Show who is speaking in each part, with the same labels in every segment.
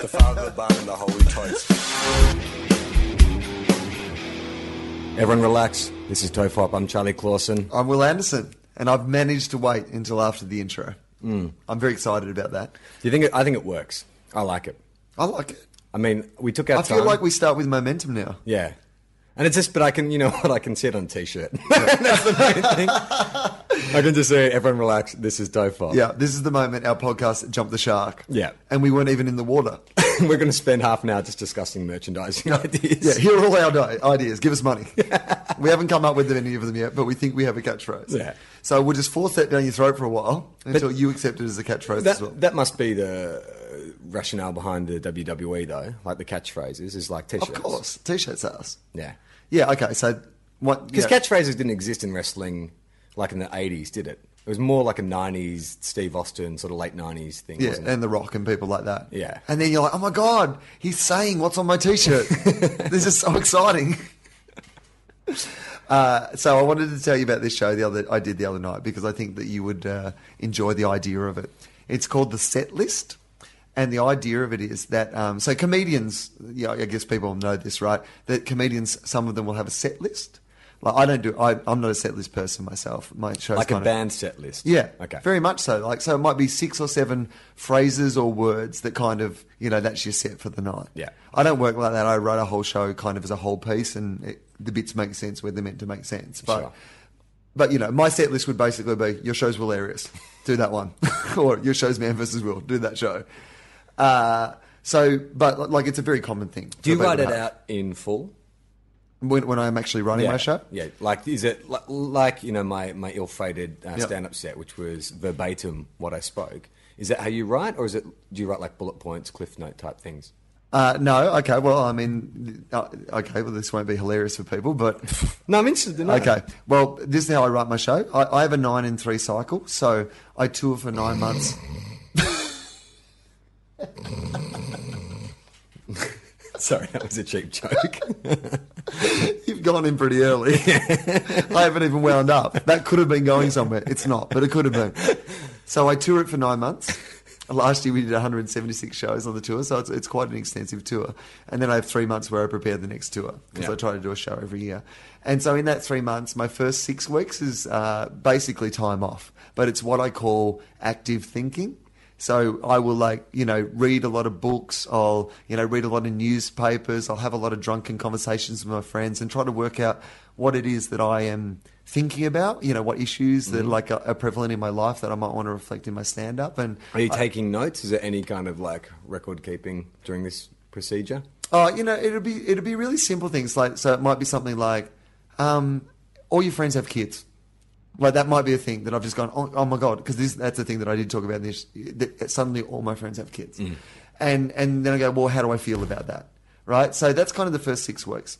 Speaker 1: the Father, the Son, and the Holy Toast. Everyone relax. This is Tofop. I'm Charlie Clausen.
Speaker 2: I'm Will Anderson, and I've managed to wait until after the intro.
Speaker 1: Mm.
Speaker 2: I'm very excited about that.
Speaker 1: Do you think? It, I think it works. I like it.
Speaker 2: I like it.
Speaker 1: I mean, we took our
Speaker 2: I
Speaker 1: time.
Speaker 2: feel like we start with momentum now.
Speaker 1: yeah. And it's just, but I can, you know what? I can see it on a t-shirt. That's the main thing. I can just say, everyone relax. This is Tofop.
Speaker 2: Yeah, this is the moment our podcast jumped the shark.
Speaker 1: Yeah.
Speaker 2: And we weren't even in the water.
Speaker 1: We're going to spend half an hour just discussing merchandising ideas.
Speaker 2: Yeah, here are all our di- ideas. Give us money. we haven't come up with any of them yet, but we think we have a catchphrase.
Speaker 1: Yeah.
Speaker 2: So we'll just force that down your throat for a while until you accept it as a catchphrase
Speaker 1: That,
Speaker 2: as well.
Speaker 1: that must be the uh, rationale behind the WWE, though. Like the catchphrases is like t-shirts.
Speaker 2: of course. T shirt sales.
Speaker 1: Yeah.
Speaker 2: Yeah, okay. So what?
Speaker 1: Because
Speaker 2: yeah.
Speaker 1: catchphrases didn't exist in wrestling like in the 80s, did it? It was more like a 90s Steve Austin, sort of late 90s thing,
Speaker 2: Yeah,
Speaker 1: wasn't it?
Speaker 2: and The Rock and people like that.
Speaker 1: Yeah.
Speaker 2: And then you're like, oh my God, he's saying what's on my t shirt. this is so exciting. Uh, so I wanted to tell you about this show the other I did the other night because I think that you would uh, enjoy the idea of it. It's called the Set List, and the idea of it is that um, so comedians, yeah, I guess people know this, right? That comedians, some of them will have a set list. Like I don't do, I, I'm not a set list person myself. My show's
Speaker 1: Like a
Speaker 2: kind of-
Speaker 1: band set list.
Speaker 2: yeah.
Speaker 1: Okay.
Speaker 2: Very much so. Like so it might be six or seven phrases or words that kind of, you know, that's your set for the night.
Speaker 1: Yeah.
Speaker 2: I don't work like that. I write a whole show kind of as a whole piece and it, the bits make sense where they're meant to make sense. But
Speaker 1: Sure.
Speaker 2: but you know, my set list would basically be your show's hilarious. Do that one. or your show's man versus will. Do that show. Uh so, but like it's a very common thing.
Speaker 1: Do you
Speaker 2: for people
Speaker 1: write
Speaker 2: to
Speaker 1: it
Speaker 2: have.
Speaker 1: out in full?
Speaker 2: when, when I'm actually running my show?
Speaker 1: Yeah. Like, is it li- like, you know, my, my ill fated uh,
Speaker 2: Yep.
Speaker 1: stand up set, which was verbatim what I spoke? Is that how you write, or is it, do you write like bullet points, cliff note type things?
Speaker 2: Uh, no, okay. Well, I mean, uh, okay. Well, this won't be hilarious for people, but
Speaker 1: No, I'm interested in
Speaker 2: Okay. Well, this is how I write my show. I, I have a nine and three cycle, so I tour for nine months.
Speaker 1: Sorry, that was a cheap joke.
Speaker 2: You've gone in pretty early. I haven't even wound up. That could have been going somewhere. It's not, but it could have been. So I tour it for nine months. Last year we did 176 shows on the tour, so it's, it's quite an extensive tour. And then I have three months where I prepare the next tour because
Speaker 1: Yeah.
Speaker 2: I try to do a show every year. And so in that three months, my first six weeks is uh, basically time off, but it's what I call active thinking. So I will like you know read a lot of books. I'll you know read a lot of newspapers. I'll have a lot of drunken conversations with my friends and try to work out what it is that I am thinking about. You know what issues
Speaker 1: Mm-hmm.
Speaker 2: that like are, are prevalent in my life that I might want to reflect in my stand up. And
Speaker 1: Are you taking notes? Is there any kind of like record keeping during this procedure?
Speaker 2: Oh, you know, it'll be it'll be really simple things like so. It might be something like, um, all your friends have kids. Like that might be a thing that I've just gone, oh, oh my god, because that's the thing that I did talk about. This that suddenly all my friends have kids, and and then I go, well, how do I feel about that? Right. So that's kind of the first six weeks,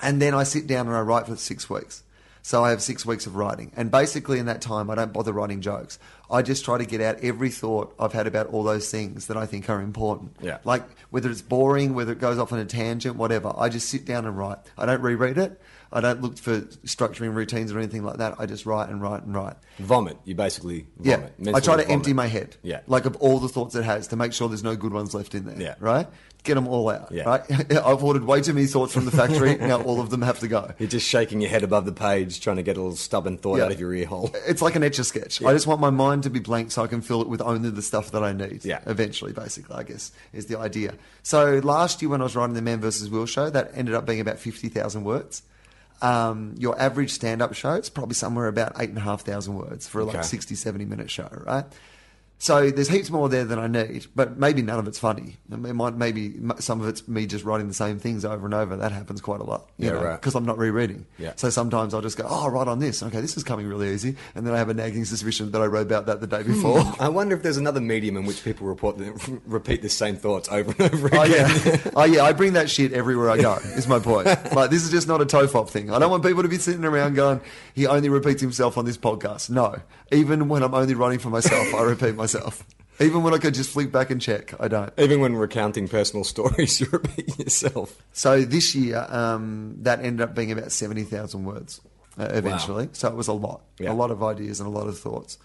Speaker 2: and then I sit down and I write for six weeks. So I have six weeks of writing, and basically in that time, I don't bother writing jokes. I just try to get out every thought I've had about all those things that I think are important.
Speaker 1: Yeah.
Speaker 2: Like like whether it's boring, whether it goes off on a tangent, whatever. I just sit down and write. I don't reread it. I don't look for structuring routines or anything like that. I just write and write and write.
Speaker 1: Vomit. You basically
Speaker 2: Yeah,
Speaker 1: vomit.
Speaker 2: I
Speaker 1: Mental
Speaker 2: try to
Speaker 1: vomit.
Speaker 2: empty my head.
Speaker 1: Yeah.
Speaker 2: like of all the thoughts it has to make sure there's no good ones left in there.
Speaker 1: Yeah.
Speaker 2: right. Get them all out.
Speaker 1: Yeah.
Speaker 2: right. I've ordered way too many thoughts from the factory. now all of them have to go.
Speaker 1: You're just shaking your head above the page, trying to get a little stubborn thought
Speaker 2: Yeah.
Speaker 1: out of your ear hole.
Speaker 2: It's like an etch a sketch. I just want my mind to be blank so I can fill it with only the stuff that I need.
Speaker 1: Yeah.
Speaker 2: Eventually, basically, I guess, is the idea. So last year when I was writing the Man vs. Will show, that ended up being about 50,000 words. Um, your average stand up show, it's probably somewhere about 8,500 words for like
Speaker 1: Okay.
Speaker 2: 60, 70 minute show, right? So there's heaps more there than I need, but maybe none of it's funny. It might, maybe m- some of it's me just writing the same things over and over. That happens quite a lot.
Speaker 1: Yeah, right.
Speaker 2: Because I'm not rereading.
Speaker 1: Yeah.
Speaker 2: So sometimes I'll just go, oh, right on this. Okay, this is coming really easy. And then I have a nagging suspicion that I wrote about that the day before.
Speaker 1: I wonder if there's another medium in which people report the, repeat the same thoughts over and over again.
Speaker 2: Oh yeah, oh yeah. I bring that shit everywhere I go. Is my point. Like this is just not a tofop thing. I don't want people to be sitting around going, "He only repeats himself on this podcast." No, even when I'm only writing for myself, I repeat myself. Even when I could just flick back and check, I don't.
Speaker 1: Even when recounting personal stories, you repeat yourself.
Speaker 2: So this year, um, that ended up being about seventy thousand words uh, eventually. So it was a lot,
Speaker 1: Yeah.
Speaker 2: a lot of ideas and a lot of thoughts.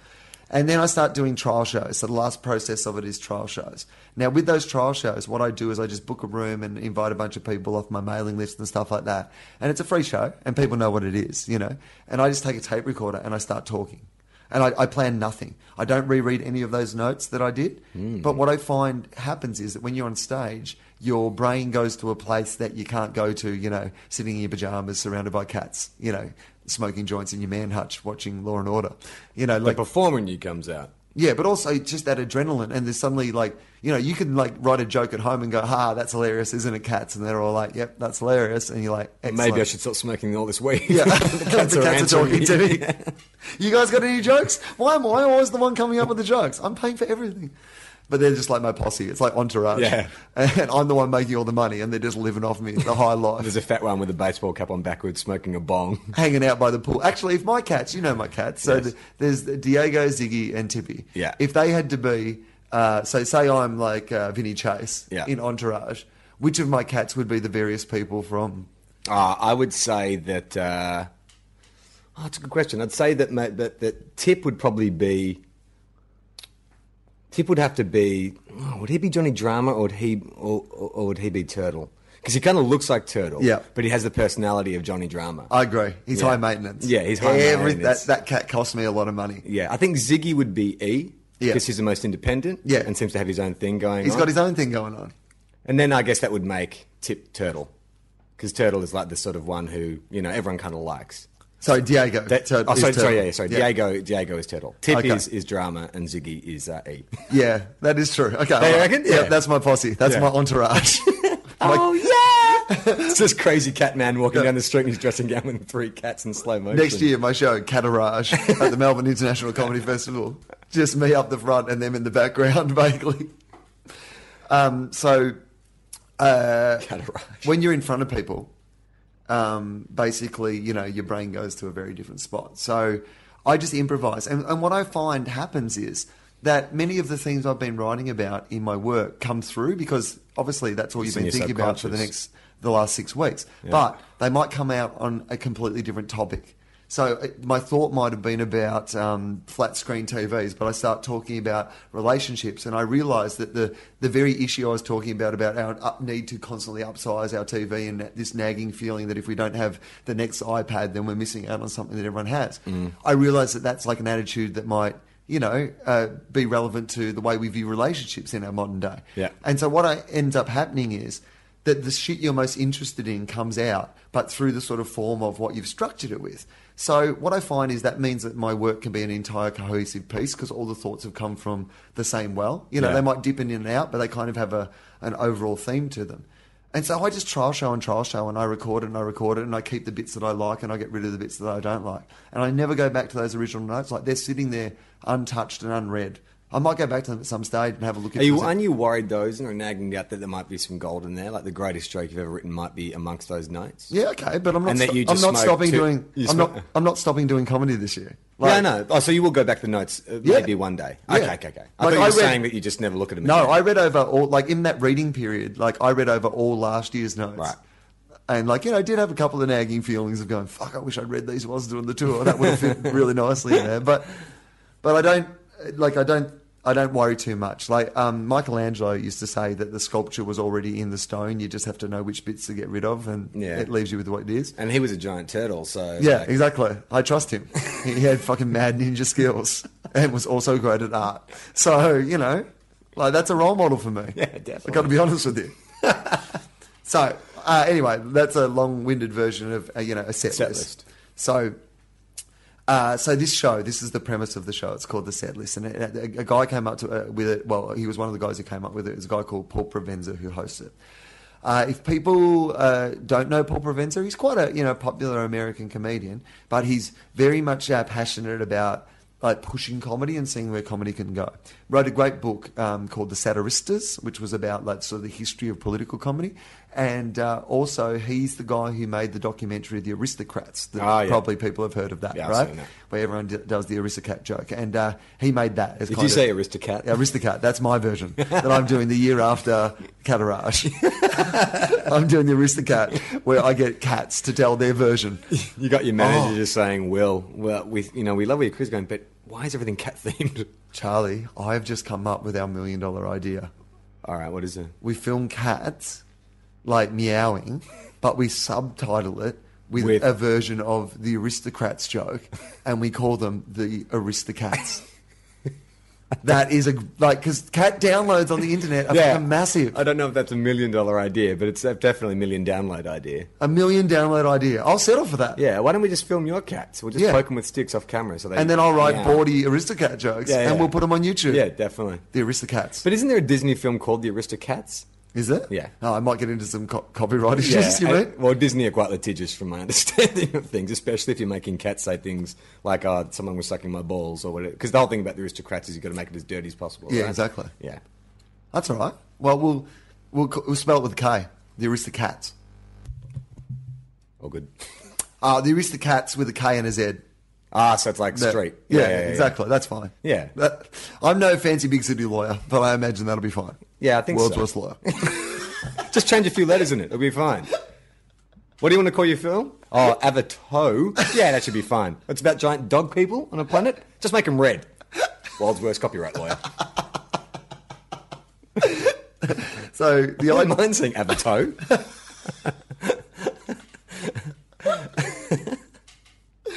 Speaker 2: And then I start doing trial shows. So the last process of it is trial shows. Now with those trial shows, what I do is I just book a room and invite a bunch of people off my mailing list and stuff like that. And it's a free show, and people know what it is, you know. And I just take a tape recorder and I start talking. And I, I plan nothing. I don't reread any of those notes that I did.
Speaker 1: Hmm.
Speaker 2: But what I find happens is that when you're on stage, your brain goes to a place that you can't go to, you know, sitting in your pajamas surrounded by cats, you know, smoking joints in your man hutch watching Law and Order. You know,
Speaker 1: The
Speaker 2: like,
Speaker 1: performer in you comes out.
Speaker 2: yeah, but also just that adrenaline. And there's suddenly like, you know, you can like write a joke at home and go, ha, that's hilarious, isn't it, cats? And they're all like, yep, that's hilarious. And you're like,
Speaker 1: Maybe I
Speaker 2: excellent.
Speaker 1: should stop smoking all this weed.
Speaker 2: Yeah,
Speaker 1: the cats are, answering
Speaker 2: talking
Speaker 1: me.
Speaker 2: to me. You guys got any jokes? Why am I always the one coming up with the jokes? I'm paying for everything. But they're just like my posse. It's like entourage.
Speaker 1: Yeah.
Speaker 2: And I'm the one making all the money, and they're just living off me the high life.
Speaker 1: There's a fat one with a baseball cap on backwards, smoking a bong.
Speaker 2: Hanging out by the pool. Actually, if my cats, you know my cats. So
Speaker 1: Yes.
Speaker 2: th- there's Diego, Ziggy, and Tippy.
Speaker 1: Yeah.
Speaker 2: If they had to be, uh, so say I'm like uh, Vinny Chase
Speaker 1: Yeah.
Speaker 2: in Entourage, which of my cats would be the various people from
Speaker 1: Uh, I would say that. Uh, oh, that's a good question. I'd say that, ma- that that Tip would probably be. Tip would have to be. oh, would he be Johnny Drama or would he or, or or would he be Turtle? Because he kind of looks like Turtle.
Speaker 2: Yeah.
Speaker 1: But he has the personality of Johnny Drama.
Speaker 2: I agree. He's
Speaker 1: Yeah.
Speaker 2: high maintenance.
Speaker 1: Yeah, he's high maintenance.
Speaker 2: That, that cat cost me a lot of money.
Speaker 1: yeah, I think Ziggy would be E.
Speaker 2: Yeah.
Speaker 1: Because he's the most independent.
Speaker 2: Yeah.
Speaker 1: And seems to have his own thing going.
Speaker 2: He's
Speaker 1: on.
Speaker 2: got his own thing going on.
Speaker 1: And then I guess that would make Tip Turtle. Because Turtle is like the sort of one who, you know, everyone kind of likes.
Speaker 2: So Diego.
Speaker 1: That,
Speaker 2: Tur-
Speaker 1: oh,
Speaker 2: is
Speaker 1: sorry,
Speaker 2: Turtle.
Speaker 1: sorry, yeah, yeah, sorry. Diego, Diego is Turtle. Tip
Speaker 2: Okay.
Speaker 1: is, is drama, and Ziggy is uh, E.
Speaker 2: Yeah, that is true. Okay,
Speaker 1: you
Speaker 2: alright.
Speaker 1: reckon?
Speaker 2: Yeah,
Speaker 1: Yeah.
Speaker 2: that's my posse. That's
Speaker 1: Yeah.
Speaker 2: my entourage. my
Speaker 1: oh yeah! it's this crazy cat man walking down the street in his dressing gown with three cats in slow motion.
Speaker 2: Next year, my show, Catarage, at the Melbourne International Comedy Festival. Just me up the front and them in the background, vaguely. Um, so, uh,
Speaker 1: Catarage.
Speaker 2: when you're in front of people, um, basically, you know, your brain goes to a very different spot. So I just improvise. And, and what I find happens is that many of the things I've been writing about in my work come through because obviously that's all
Speaker 1: It's
Speaker 2: you've
Speaker 1: in
Speaker 2: been
Speaker 1: your
Speaker 2: thinking about for the
Speaker 1: subconscious.
Speaker 2: next weeks, the last six weeks. But they might come out on a completely different topic. So it, my thought might have been about um, flat screen TVs, but I start talking about relationships, and I realise that the the very issue I was talking about about our up, need to constantly upsize our TV and that- this nagging feeling that if we don't have the next iPad, then we're missing out on something that everyone has. I realise that that's like an attitude that might. You know, uh, be relevant to the way we view relationships in our modern day.
Speaker 1: Yeah.
Speaker 2: And so what I, ends up happening is that the shit you're most interested in comes out, but through the sort of form of what you've structured it with. So what I find is that means that my work can be an entire cohesive piece because all the thoughts have come from the same well. You know,
Speaker 1: Yeah.
Speaker 2: they might dip in and out, but they kind of have a an overall theme to them. And so I just trial show and trial show, and I record it and I record it, and I keep the bits that I like, and I get rid of the bits that I don't like, and I never go back to those original notes. Like they're sitting there untouched and unread. I might go back to them at some stage and have a look at.
Speaker 1: Are you,
Speaker 2: present-
Speaker 1: aren't you worried, though, isn't there, nagging out that there might be some gold in there? Like the greatest joke you've ever written might be amongst those notes?
Speaker 2: Yeah, okay, but I'm not.
Speaker 1: And that
Speaker 2: sto-
Speaker 1: you just
Speaker 2: I'm not
Speaker 1: smoke
Speaker 2: stopping
Speaker 1: too-
Speaker 2: doing.
Speaker 1: you
Speaker 2: I'm
Speaker 1: smoke-
Speaker 2: not. I'm not stopping doing comedy this year.
Speaker 1: yeah, no. Oh, so you will go back to the notes uh,
Speaker 2: Yeah.
Speaker 1: maybe one day.
Speaker 2: Yeah.
Speaker 1: Okay, okay, okay. I thought
Speaker 2: Like,
Speaker 1: you were
Speaker 2: I read-
Speaker 1: saying that you just never look at them.
Speaker 2: No,
Speaker 1: again.
Speaker 2: I read over all like in that reading period. Like I read over all last year's notes.
Speaker 1: Right.
Speaker 2: And like you know, I did have a couple of nagging feelings of going, "Fuck, I wish I'd read these while I was doing the tour. That would have fit really nicely in there." But, but I don't like I don't I don't worry too much. Like um, Michelangelo used to say that the sculpture was already in the stone. You just have to know which bits to get rid of, and
Speaker 1: Yeah.
Speaker 2: it leaves you with what it is.
Speaker 1: And he was a giant turtle, so.
Speaker 2: Yeah,
Speaker 1: like,
Speaker 2: exactly. I trust him. He had fucking mad ninja skills and was also great at art. So, you know, like that's a role model for me.
Speaker 1: Yeah, definitely.
Speaker 2: i got to be honest with you. so, uh, anyway, that's a long winded version of, uh, you know, a set,
Speaker 1: Set
Speaker 2: list.
Speaker 1: list.
Speaker 2: So, Uh, so this show, this is the premise of the show. It's called the set list, and a, a- a guy came up to uh, with it. Well, he was one of the guys who came up with it. It was a guy called Paul Provenza who hosts it. Uh, if people uh, don't know Paul Provenza, he's quite a you know popular American comedian, but he's very much uh, passionate about like pushing comedy and seeing where comedy can go. Wrote a great book um, called The Satiristas, which was about like sort of the history of political comedy, and uh, also he's the guy who made the documentary The Aristocrats. That
Speaker 1: Ah, yeah.
Speaker 2: Probably people have heard of that,
Speaker 1: Yeah, I've
Speaker 2: right?
Speaker 1: seen that.
Speaker 2: Where everyone d- does the aristocrat joke, and uh, he made that. As
Speaker 1: Did
Speaker 2: kind
Speaker 1: you
Speaker 2: of-
Speaker 1: say Aristocat?
Speaker 2: Aristocat. That's my version that I'm doing the year after Catarage. I'm doing the Aristocat where I get cats to tell their version.
Speaker 1: You got your manager
Speaker 2: Oh.
Speaker 1: just saying, "Will, well, we, you know, we love where your crew's going, but why is everything cat themed?"
Speaker 2: Charlie, I've just come up with our million dollar idea.
Speaker 1: All right, what is it?
Speaker 2: We film cats like meowing, but we subtitle it with,
Speaker 1: With-
Speaker 2: a version of the aristocrats joke, and we call them the aristocrats. that is a like because cat downloads on the internet are fucking massive.
Speaker 1: I don't know if that's a million dollar idea, but it's definitely a million download idea.
Speaker 2: A million download idea. I'll settle for that.
Speaker 1: Yeah, why don't we just film your cats? We'll just
Speaker 2: Yeah.
Speaker 1: poke them with sticks off camera, so they
Speaker 2: And then I'll write
Speaker 1: Yeah.
Speaker 2: bawdy Aristocat jokes
Speaker 1: Yeah, yeah.
Speaker 2: and we'll put them on YouTube.
Speaker 1: Yeah, definitely.
Speaker 2: The Aristocats.
Speaker 1: But isn't there a Disney film called The Aristocats?
Speaker 2: Is there?
Speaker 1: Yeah.
Speaker 2: Oh, I might get into some co- copyright issues, you
Speaker 1: and-
Speaker 2: mean?
Speaker 1: well, Disney are quite litigious from my understanding of things, especially if you're making cats say things like, "Oh, someone was sucking my balls," or whatever. Because the whole thing about the aristocrats is you've got to make it as dirty as possible.
Speaker 2: Yeah,
Speaker 1: right?
Speaker 2: exactly.
Speaker 1: Yeah.
Speaker 2: That's all right. Well, we'll, we'll, co- we'll spell it with a K. The Aristocats.
Speaker 1: All Oh, good.
Speaker 2: Uh, the Aristocats with a K and a Z.
Speaker 1: Ah, so it's like
Speaker 2: That-
Speaker 1: straight.
Speaker 2: Yeah, exactly. That's fine.
Speaker 1: Yeah.
Speaker 2: That- I'm no fancy big city lawyer, but I imagine that'll be fine.
Speaker 1: Yeah, I think
Speaker 2: World's
Speaker 1: so.
Speaker 2: worst lawyer.
Speaker 1: Just change a few letters in it. It'll be fine. What do you want to call your film? Oh, Avatar. Yeah, that should be fine. It's about giant dog people on a planet. Just make them red. World's worst copyright lawyer.
Speaker 2: so the
Speaker 1: I
Speaker 2: idea.
Speaker 1: don't mind saying Avatar.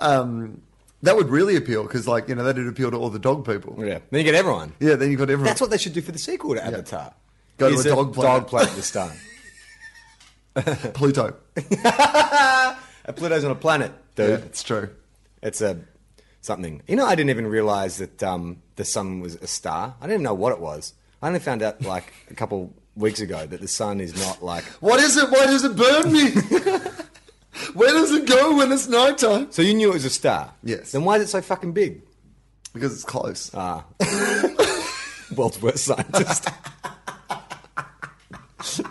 Speaker 2: That would really appeal because, like, you know, that'd appeal to all the dog people.
Speaker 1: yeah. Then you get everyone.
Speaker 2: Yeah, then you've got everyone.
Speaker 1: That's what they should do for the sequel to Avatar.
Speaker 2: Go to
Speaker 1: Is
Speaker 2: a dog planet.
Speaker 1: Dog planet this time.
Speaker 2: Pluto.
Speaker 1: Uh, Pluto's on a planet, dude.
Speaker 2: Yeah, it's true.
Speaker 1: It's a something. You know, I didn't even realize that um, the sun was a star. I didn't even know what it was. I only found out like a couple weeks ago that the sun is not like.
Speaker 2: What is it? Why does it burn me? Where does it go when it's nighttime?
Speaker 1: So you knew it was a star.
Speaker 2: Yes.
Speaker 1: Then why is it so fucking big? Ah.
Speaker 2: Because it's close. Oh,
Speaker 1: World's worst scientist.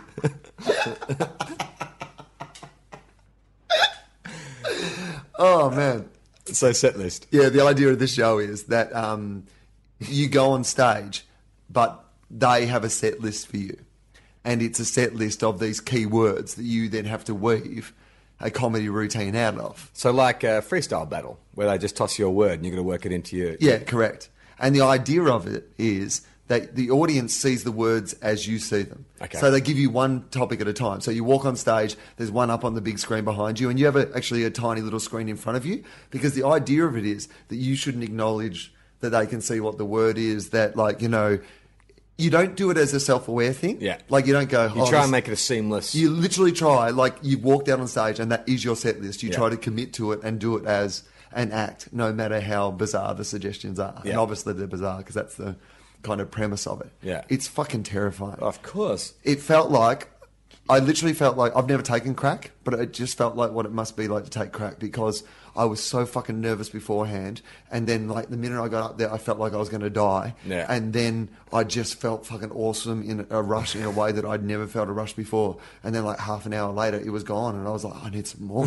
Speaker 2: oh man.
Speaker 1: so set list.
Speaker 2: Yeah, the idea of this show is that um, you go on stage, but they have a set list for you. And it's a set list of these key words that you then have to weave a comedy routine out of.
Speaker 1: So like a freestyle battle where they just toss you a word and you're going to work it into your.
Speaker 2: Yeah, correct. And the idea of it is that the audience sees the words as you see them.
Speaker 1: Okay.
Speaker 2: So they give you one topic at a time. So you walk on stage, there's one up on the big screen behind you, and you have a, actually a tiny little screen in front of you because the idea of it is that you shouldn't acknowledge that they can see what the word is, that, like, you know, you don't do it as a self aware thing.
Speaker 1: Yeah.
Speaker 2: Like, you don't go,
Speaker 1: You
Speaker 2: "Oh,
Speaker 1: try
Speaker 2: this-
Speaker 1: and make it a seamless.
Speaker 2: you literally try, like you walk down on stage and that is your set list. You
Speaker 1: Yeah.
Speaker 2: try to commit to it and do it as an act, no matter how bizarre the suggestions are. And
Speaker 1: Yeah.
Speaker 2: obviously they're bizarre because that's the kind of premise of it.
Speaker 1: Yeah. Oh,
Speaker 2: It's fucking terrifying.
Speaker 1: of course.
Speaker 2: It felt like I literally felt like I've never taken crack, but it just felt like what it must be like to take crack because I was so fucking nervous beforehand. And then, like, the minute I got up there, I felt like I was going to die.
Speaker 1: Yeah.
Speaker 2: And then I just felt fucking awesome in a rush in a way that I'd never felt a rush before. And then, like, half an hour later, it was gone. And I was like, I need some more.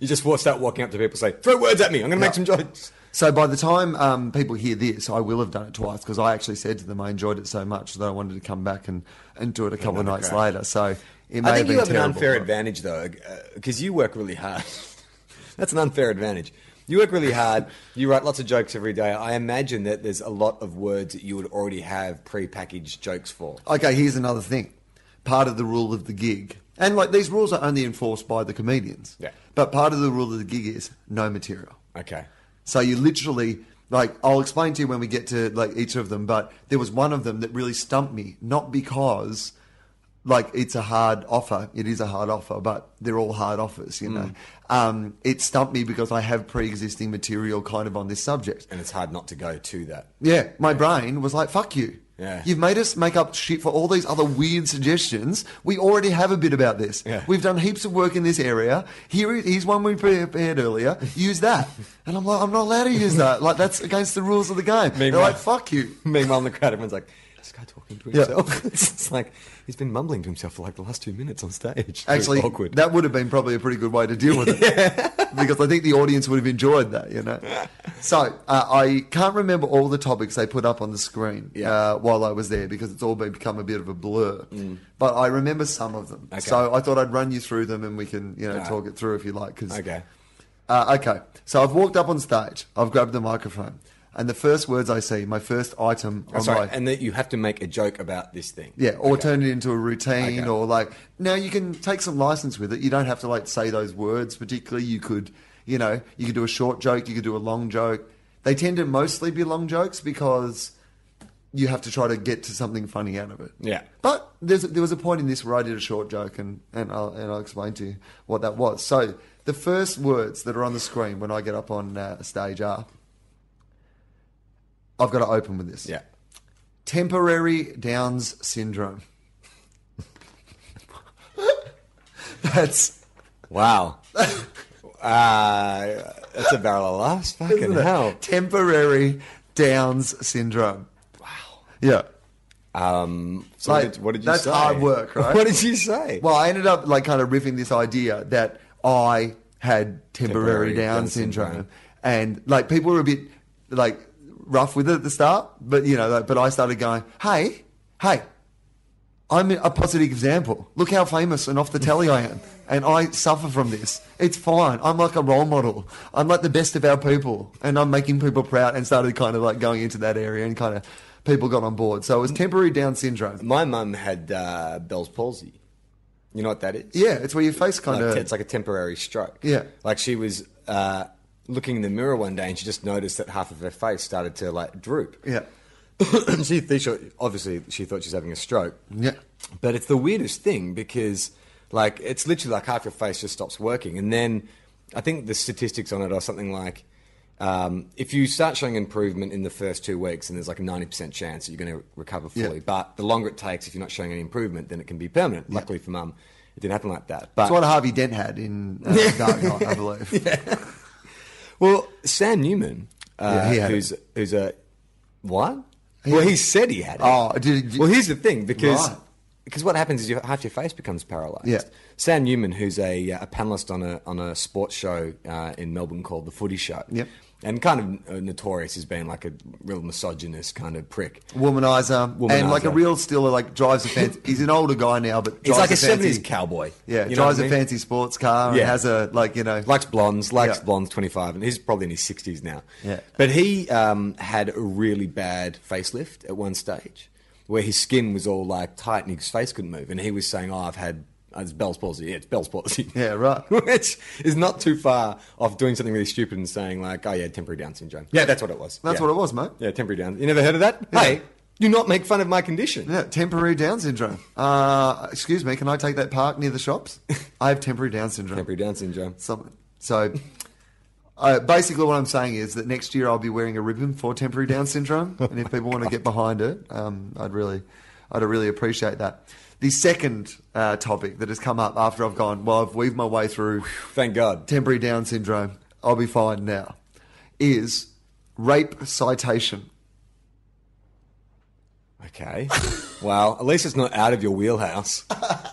Speaker 1: You just wa- start walking up to people, say, "Throw words at me. I'm going to make some jokes."
Speaker 2: So by the time um, people hear this, I will have done it twice because I actually said to them I enjoyed it so much that I wanted to come back and, and do it a couple of
Speaker 1: Another
Speaker 2: nights
Speaker 1: crack.
Speaker 2: later. So it may
Speaker 1: I think
Speaker 2: been
Speaker 1: you have an
Speaker 2: terrible,
Speaker 1: unfair
Speaker 2: but-
Speaker 1: advantage though, because you work really hard. That's an unfair advantage. You work really hard. You write lots of jokes every day. I imagine that there's a lot of words that you would already have pre-packaged jokes for.
Speaker 2: Okay, here's another thing. Part of the rule of the gig, and like these rules are only enforced by the comedians.
Speaker 1: Yeah.
Speaker 2: But part of the rule of the gig is no material.
Speaker 1: Okay.
Speaker 2: So you literally like I'll explain to you when we get to like each of them, but there was one of them that really stumped me, not because like it's a hard offer. It is a hard offer, but they're all hard offers, you know. Um, it stumped me because I have pre-existing material kind of on this subject.
Speaker 1: and it's hard not to go to that.
Speaker 2: Yeah, my brain was like, "Fuck you."
Speaker 1: Yeah.
Speaker 2: You've made us make up shit for all these other weird suggestions. We already have a bit about this.
Speaker 1: Yeah.
Speaker 2: We've done heaps of work in this area. Here, is- here's one we prepared earlier. Use that. And I'm like, I'm not allowed to use that. Like that's against the rules of the game. They're
Speaker 1: Meanwhile-
Speaker 2: like, "Fuck you."
Speaker 1: Meanwhile, in the crowd, everyone's like, "Is "This guy talking to
Speaker 2: Yeah.
Speaker 1: himself." it's just like he's been mumbling to himself for like the last two minutes on stage. Very
Speaker 2: Actually,
Speaker 1: awkward.
Speaker 2: that would have been probably a pretty good way to deal with it. because I think the audience would have enjoyed that, you know. So uh, I can't remember all the topics they put up on the screen uh, while I was there because it's all been, become a bit of a blur. But I remember some of them.
Speaker 1: Mm. Okay.
Speaker 2: So I thought I'd run you through them and we can, you know, talk it through if you like. 'cause-
Speaker 1: okay.
Speaker 2: uh, okay. So I've walked up on stage. I've grabbed the microphone. And the first words I see, my first item on
Speaker 1: Oh, Sorry,
Speaker 2: my...
Speaker 1: and that you have to make a joke about this thing.
Speaker 2: Yeah, or
Speaker 1: Okay.
Speaker 2: turn it into a routine,
Speaker 1: Okay.
Speaker 2: or like now you can take some license with it. You don't have to like say those words particularly. You could, you know, you could do a short joke, you could do a long joke. They tend to mostly be long jokes because you have to try to get to something funny out of it.
Speaker 1: Yeah.
Speaker 2: But there's, there was a point in this where I did a short joke, and, and, I'll, and I'll explain to you what that was. So the first words that are on the screen when I get up on uh, stage are, "I've got to open with this."
Speaker 1: yeah.
Speaker 2: temporary Downs syndrome. That's
Speaker 1: Wow. uh, that's a barrel of laughs. Fucking
Speaker 2: isn't it?
Speaker 1: hell.
Speaker 2: temporary Downs syndrome. Wow. Yeah.
Speaker 1: Um, so
Speaker 2: Like,
Speaker 1: what, did, what did you
Speaker 2: that's
Speaker 1: say?
Speaker 2: hard work, right?
Speaker 1: What did you say?
Speaker 2: Well, I ended up like kind of riffing this idea that I had temporary,
Speaker 1: Temporary
Speaker 2: Down,
Speaker 1: Down
Speaker 2: syndrome.
Speaker 1: syndrome.
Speaker 2: and like people were a bit like rough with it at the start, but you know, like, but I started going, "Hey, hey, I'm a positive example. Look how famous and off the telly I am, and I suffer from this. It's fine. I'm like a role model. I'm like the best of our people, and I'm making people proud." And started kind of like going into that area, and kind of people got on board. So it was temporary Down syndrome.
Speaker 1: My mum had uh, Bell's palsy. You know what that is?
Speaker 2: Yeah, it's where your face kind
Speaker 1: Like,
Speaker 2: of.
Speaker 1: it's like a temporary stroke.
Speaker 2: Yeah.
Speaker 1: Like she was uh, looking in the mirror one day and she just noticed that half of her face started to like droop.
Speaker 2: Yeah.
Speaker 1: she, she obviously she thought she was having a stroke.
Speaker 2: Yeah.
Speaker 1: But it's the weirdest thing because, like, it's literally like half your face just stops working. And then I think the statistics on it are something like um, if you start showing improvement in the first two weeks, and there's like a 90% chance that you're going to recover fully.
Speaker 2: Yeah.
Speaker 1: But the longer it takes, if you're not showing any improvement, then it can be permanent. Luckily for mum, it didn't happen like that. But
Speaker 2: It's what Harvey Dent had in uh, Dark Knight, I believe.
Speaker 1: Well, Sam Newman, uh,
Speaker 2: Yeah, he had
Speaker 1: who's who's a what?
Speaker 2: He
Speaker 1: well,
Speaker 2: had-
Speaker 1: he said he had it.
Speaker 2: Oh, did-
Speaker 1: well, here's the thing because
Speaker 2: Right.
Speaker 1: because what happens is your, half your face becomes paralyzed.
Speaker 2: Yeah.
Speaker 1: Sam Newman, who's a, uh, a panelist on a on a sports show uh, in Melbourne called The Footy Show,
Speaker 2: Yep.
Speaker 1: and kind of uh, notorious as being like a real misogynist kind of prick.
Speaker 2: Womanizer, and like a
Speaker 1: Womanizer.
Speaker 2: real still like drives a fancy. He's an older guy now, but
Speaker 1: He's
Speaker 2: drives
Speaker 1: like a
Speaker 2: fancy,
Speaker 1: seventies cowboy.
Speaker 2: Yeah,
Speaker 1: You know
Speaker 2: drives
Speaker 1: what I
Speaker 2: a
Speaker 1: mean?
Speaker 2: fancy sports car
Speaker 1: Yeah.
Speaker 2: and has a like you know
Speaker 1: likes blondes, likes
Speaker 2: Yeah.
Speaker 1: blondes, 25, and he's probably in his 60s now.
Speaker 2: Yeah.
Speaker 1: But he um, had a really bad facelift at one stage where his skin was all like tight and his face couldn't move. And he was saying, Oh, I've had uh, it's Bell's palsy. Yeah, it's Bell's palsy.
Speaker 2: Yeah, right.
Speaker 1: Which is not too far off doing something really stupid and saying, like, Oh, yeah, temporary Down syndrome. Yeah, that's what it was.
Speaker 2: that's
Speaker 1: Yeah.
Speaker 2: what it was, mate.
Speaker 1: Yeah, temporary Down. You never heard of that? Hey, do not make fun of my condition.
Speaker 2: Yeah, temporary Down syndrome. Uh, excuse me, can I take that park near the shops? I have temporary Down syndrome.
Speaker 1: Temporary Down syndrome.
Speaker 2: Something. So, uh, basically, what I'm saying is that next year I'll be wearing a ribbon for temporary Down syndrome, and if people want to get behind it, um, I'd really, I'd really appreciate that. The second uh, topic that has come up after I've gone, well, I've weaved my way through
Speaker 1: Thank God.
Speaker 2: temporary Down syndrome. I'll be fine now. Is rape citation?
Speaker 1: Okay. Well, at least it's not out of your wheelhouse.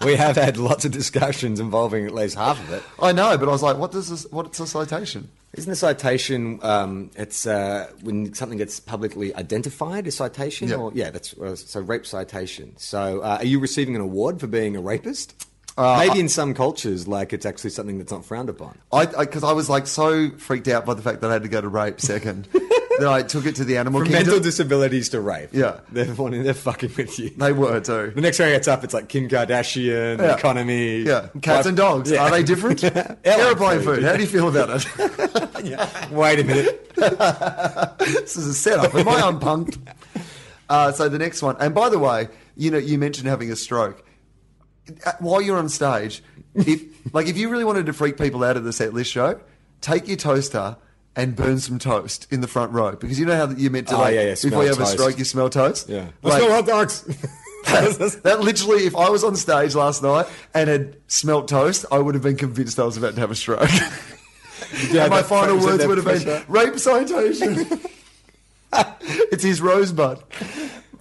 Speaker 1: We have had lots of discussions involving at least half of it.
Speaker 2: I know, but I was like, what does this? What's a citation?
Speaker 1: Isn't a citation? Um, it's uh, when something gets publicly identified. A citation,
Speaker 2: Yeah.
Speaker 1: or yeah, that's uh, so rape citation. So, uh, are you receiving an award for being a rapist?
Speaker 2: Uh,
Speaker 1: Maybe in some cultures, like it's actually something that's not frowned upon.
Speaker 2: I because I, was like so freaked out by the fact that I had to go to rape second that I took it to the animal
Speaker 1: From
Speaker 2: kingdom.
Speaker 1: mental disabilities to rape.
Speaker 2: Yeah.
Speaker 1: they're wanting, they're fucking with you.
Speaker 2: They were too.
Speaker 1: The next time it's up, it's like Kim Kardashian, the
Speaker 2: Yeah.
Speaker 1: economy,
Speaker 2: Yeah, cats and dogs.
Speaker 1: Yeah.
Speaker 2: Are they different? Airplane food. How do you feel about it?
Speaker 1: Yeah. Wait a minute.
Speaker 2: this is a setup. Am I unpunked? Uh, so the next one, and by the way, you know, you mentioned having a stroke. uh, while you're on stage, if like if you really wanted to freak people out at the set list show, take your toaster and burn some toast in the front row because you know how that you're meant to
Speaker 1: Oh,
Speaker 2: like
Speaker 1: yeah, yeah,
Speaker 2: before you
Speaker 1: smell
Speaker 2: have a
Speaker 1: toast.
Speaker 2: stroke, you smell toast.
Speaker 1: Yeah. Let's
Speaker 2: Like,
Speaker 1: go hot dogs.
Speaker 2: that literally, if I was on stage last night and had smelt toast, I would have been convinced I was about to have a stroke.
Speaker 1: have
Speaker 2: and my
Speaker 1: that
Speaker 2: final
Speaker 1: pressure,
Speaker 2: words
Speaker 1: that
Speaker 2: would have
Speaker 1: pressure?
Speaker 2: been rape citation. it's his rosebud.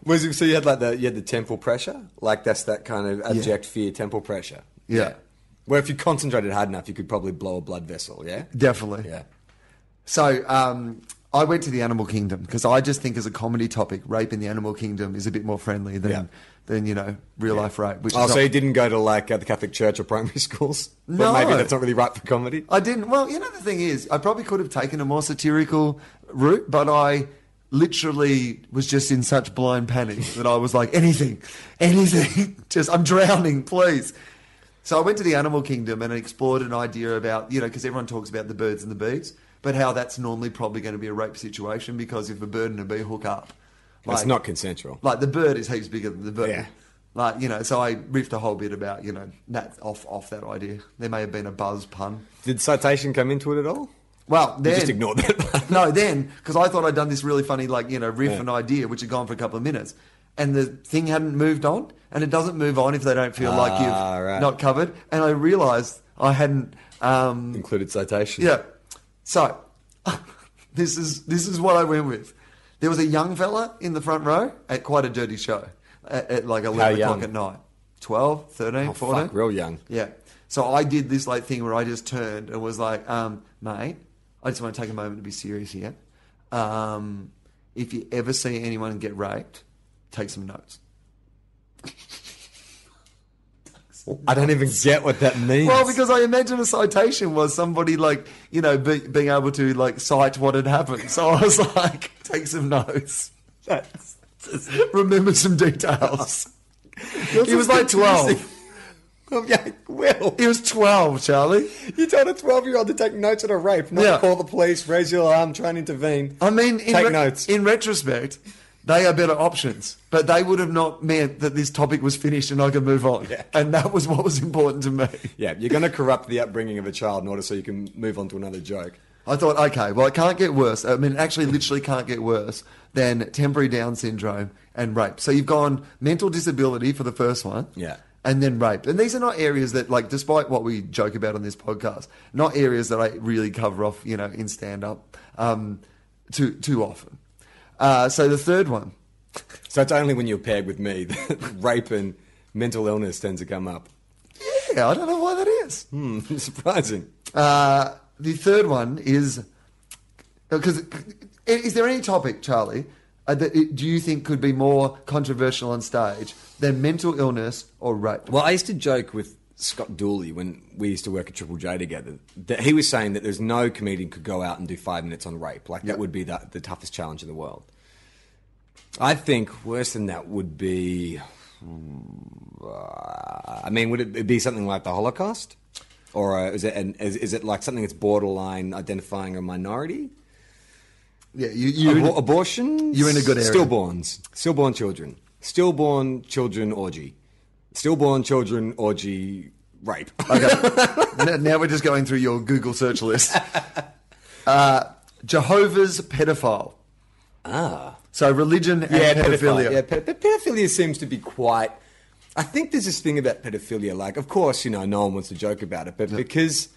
Speaker 1: Was it, so you had like the you had the temple pressure, like that's that kind of abject fear temple pressure.
Speaker 2: Yeah.
Speaker 1: Where if you concentrated hard enough, you could probably blow a blood vessel. Yeah.
Speaker 2: Definitely.
Speaker 1: Yeah.
Speaker 2: So um, I went to the animal kingdom because I just think as a comedy topic, rape in the animal kingdom is a bit more friendly than
Speaker 1: Yeah.
Speaker 2: than you know real life rape. Which
Speaker 1: Oh,
Speaker 2: is
Speaker 1: so
Speaker 2: not-
Speaker 1: you didn't go to like uh, the Catholic Church or primary schools?
Speaker 2: No.
Speaker 1: But maybe that's not really right for comedy.
Speaker 2: I didn't. Well, you know the thing is, I probably could have taken a more satirical route, but I literally was just in such blind panic that I was like, anything, anything, just I'm drowning, please. So I went to the animal kingdom and explored an idea about you know because everyone talks about the birds and the bees, but how that's normally probably going to be a rape situation because if a bird and a bee hook up,
Speaker 1: That's
Speaker 2: like-
Speaker 1: not consensual.
Speaker 2: like the bird is heaps bigger than the bird.
Speaker 1: Yeah.
Speaker 2: Like you know, so I riffed a whole bit about you know that off off that idea. There may have been a buzz pun.
Speaker 1: Did citation come into it at all?
Speaker 2: Well, then
Speaker 1: just ignored that.
Speaker 2: no, then because I thought I'd done this really funny like you know riff
Speaker 1: Yeah.
Speaker 2: and idea, which had gone for a couple of minutes, and the thing hadn't moved on, and it doesn't move on if they don't feel like you've
Speaker 1: Ah, right.
Speaker 2: not covered. And I realised I hadn't. Um,
Speaker 1: Included citation.
Speaker 2: yeah. So this is this is what I went with. There was a young fella in the front row at quite a dirty show at, at like 11
Speaker 1: young?
Speaker 2: o'clock at night. 12, 13,
Speaker 1: Oh,
Speaker 2: 14.
Speaker 1: fuck, real young.
Speaker 2: Yeah. So I did this like thing where I just turned and was like, um, mate, I just want to take a moment to be serious here. Um, if you ever see anyone get raped, take some notes.
Speaker 1: I don't even get what that means.
Speaker 2: Well, because I imagine a citation was somebody like you know be, being able to like cite what had happened. So I was like, take some notes,
Speaker 1: That's just-
Speaker 2: remember some details. he was like twelve.
Speaker 1: I'm like, Will,
Speaker 2: He was twelve, Charlie.
Speaker 1: you told a 12 year old to take notes at a rape, not
Speaker 2: Yeah.
Speaker 1: call the police, raise your alarm, try and intervene.
Speaker 2: I mean, in,
Speaker 1: Take notes.
Speaker 2: in retrospect, they are better options, but they would have not meant that this topic was finished and I could move on.
Speaker 1: Yeah.
Speaker 2: And that was what was important to me.
Speaker 1: Yeah, you're going to corrupt the upbringing of a child in order so you can move on to another joke.
Speaker 2: I thought, okay, well, it can't get worse. I mean, it actually literally can't get worse than temporary Down syndrome and rape. So you've gone mental disability for the first one.
Speaker 1: Yeah.
Speaker 2: And then rape. And these are not areas that, like, despite what we joke about on this podcast, not areas that I really cover off, you know, in stand up um, too, too often. Uh, so the third one.
Speaker 1: So it's only when you're paired with me that rape and mental illness tends to come up.
Speaker 2: Yeah, I don't know why that is.
Speaker 1: Hmm, surprising.
Speaker 2: Uh, the third one is because is there any topic, Charlie, uh, that it, do you think could be more controversial on stage than mental illness or rape?
Speaker 1: Well, I used to joke with Scott Dooley when we used to work at Triple J together that he was saying that there's no comedian could go out and do five minutes on rape. Like,
Speaker 2: Yeah.
Speaker 1: that would be the, the toughest challenge in the world. I think worse than that would be. uh, I mean, would it be something like the Holocaust? Or uh, is, it an, is, is it like something that's borderline identifying a minority?
Speaker 2: Yeah, you you
Speaker 1: Abor- abortion?
Speaker 2: you're in a good area.
Speaker 1: Stillborns. Stillborn children. Stillborn children orgy. Stillborn children orgy rape.
Speaker 2: N- now we're just going through your Google search list. Uh, Jehovah's pedophile. Ah. So religion and pedophilia.
Speaker 1: pedophilia. Yeah, pe- but pedophilia seems to be quite. I think there's this thing about pedophilia. Like, of course, you know, no one wants to joke about it, but because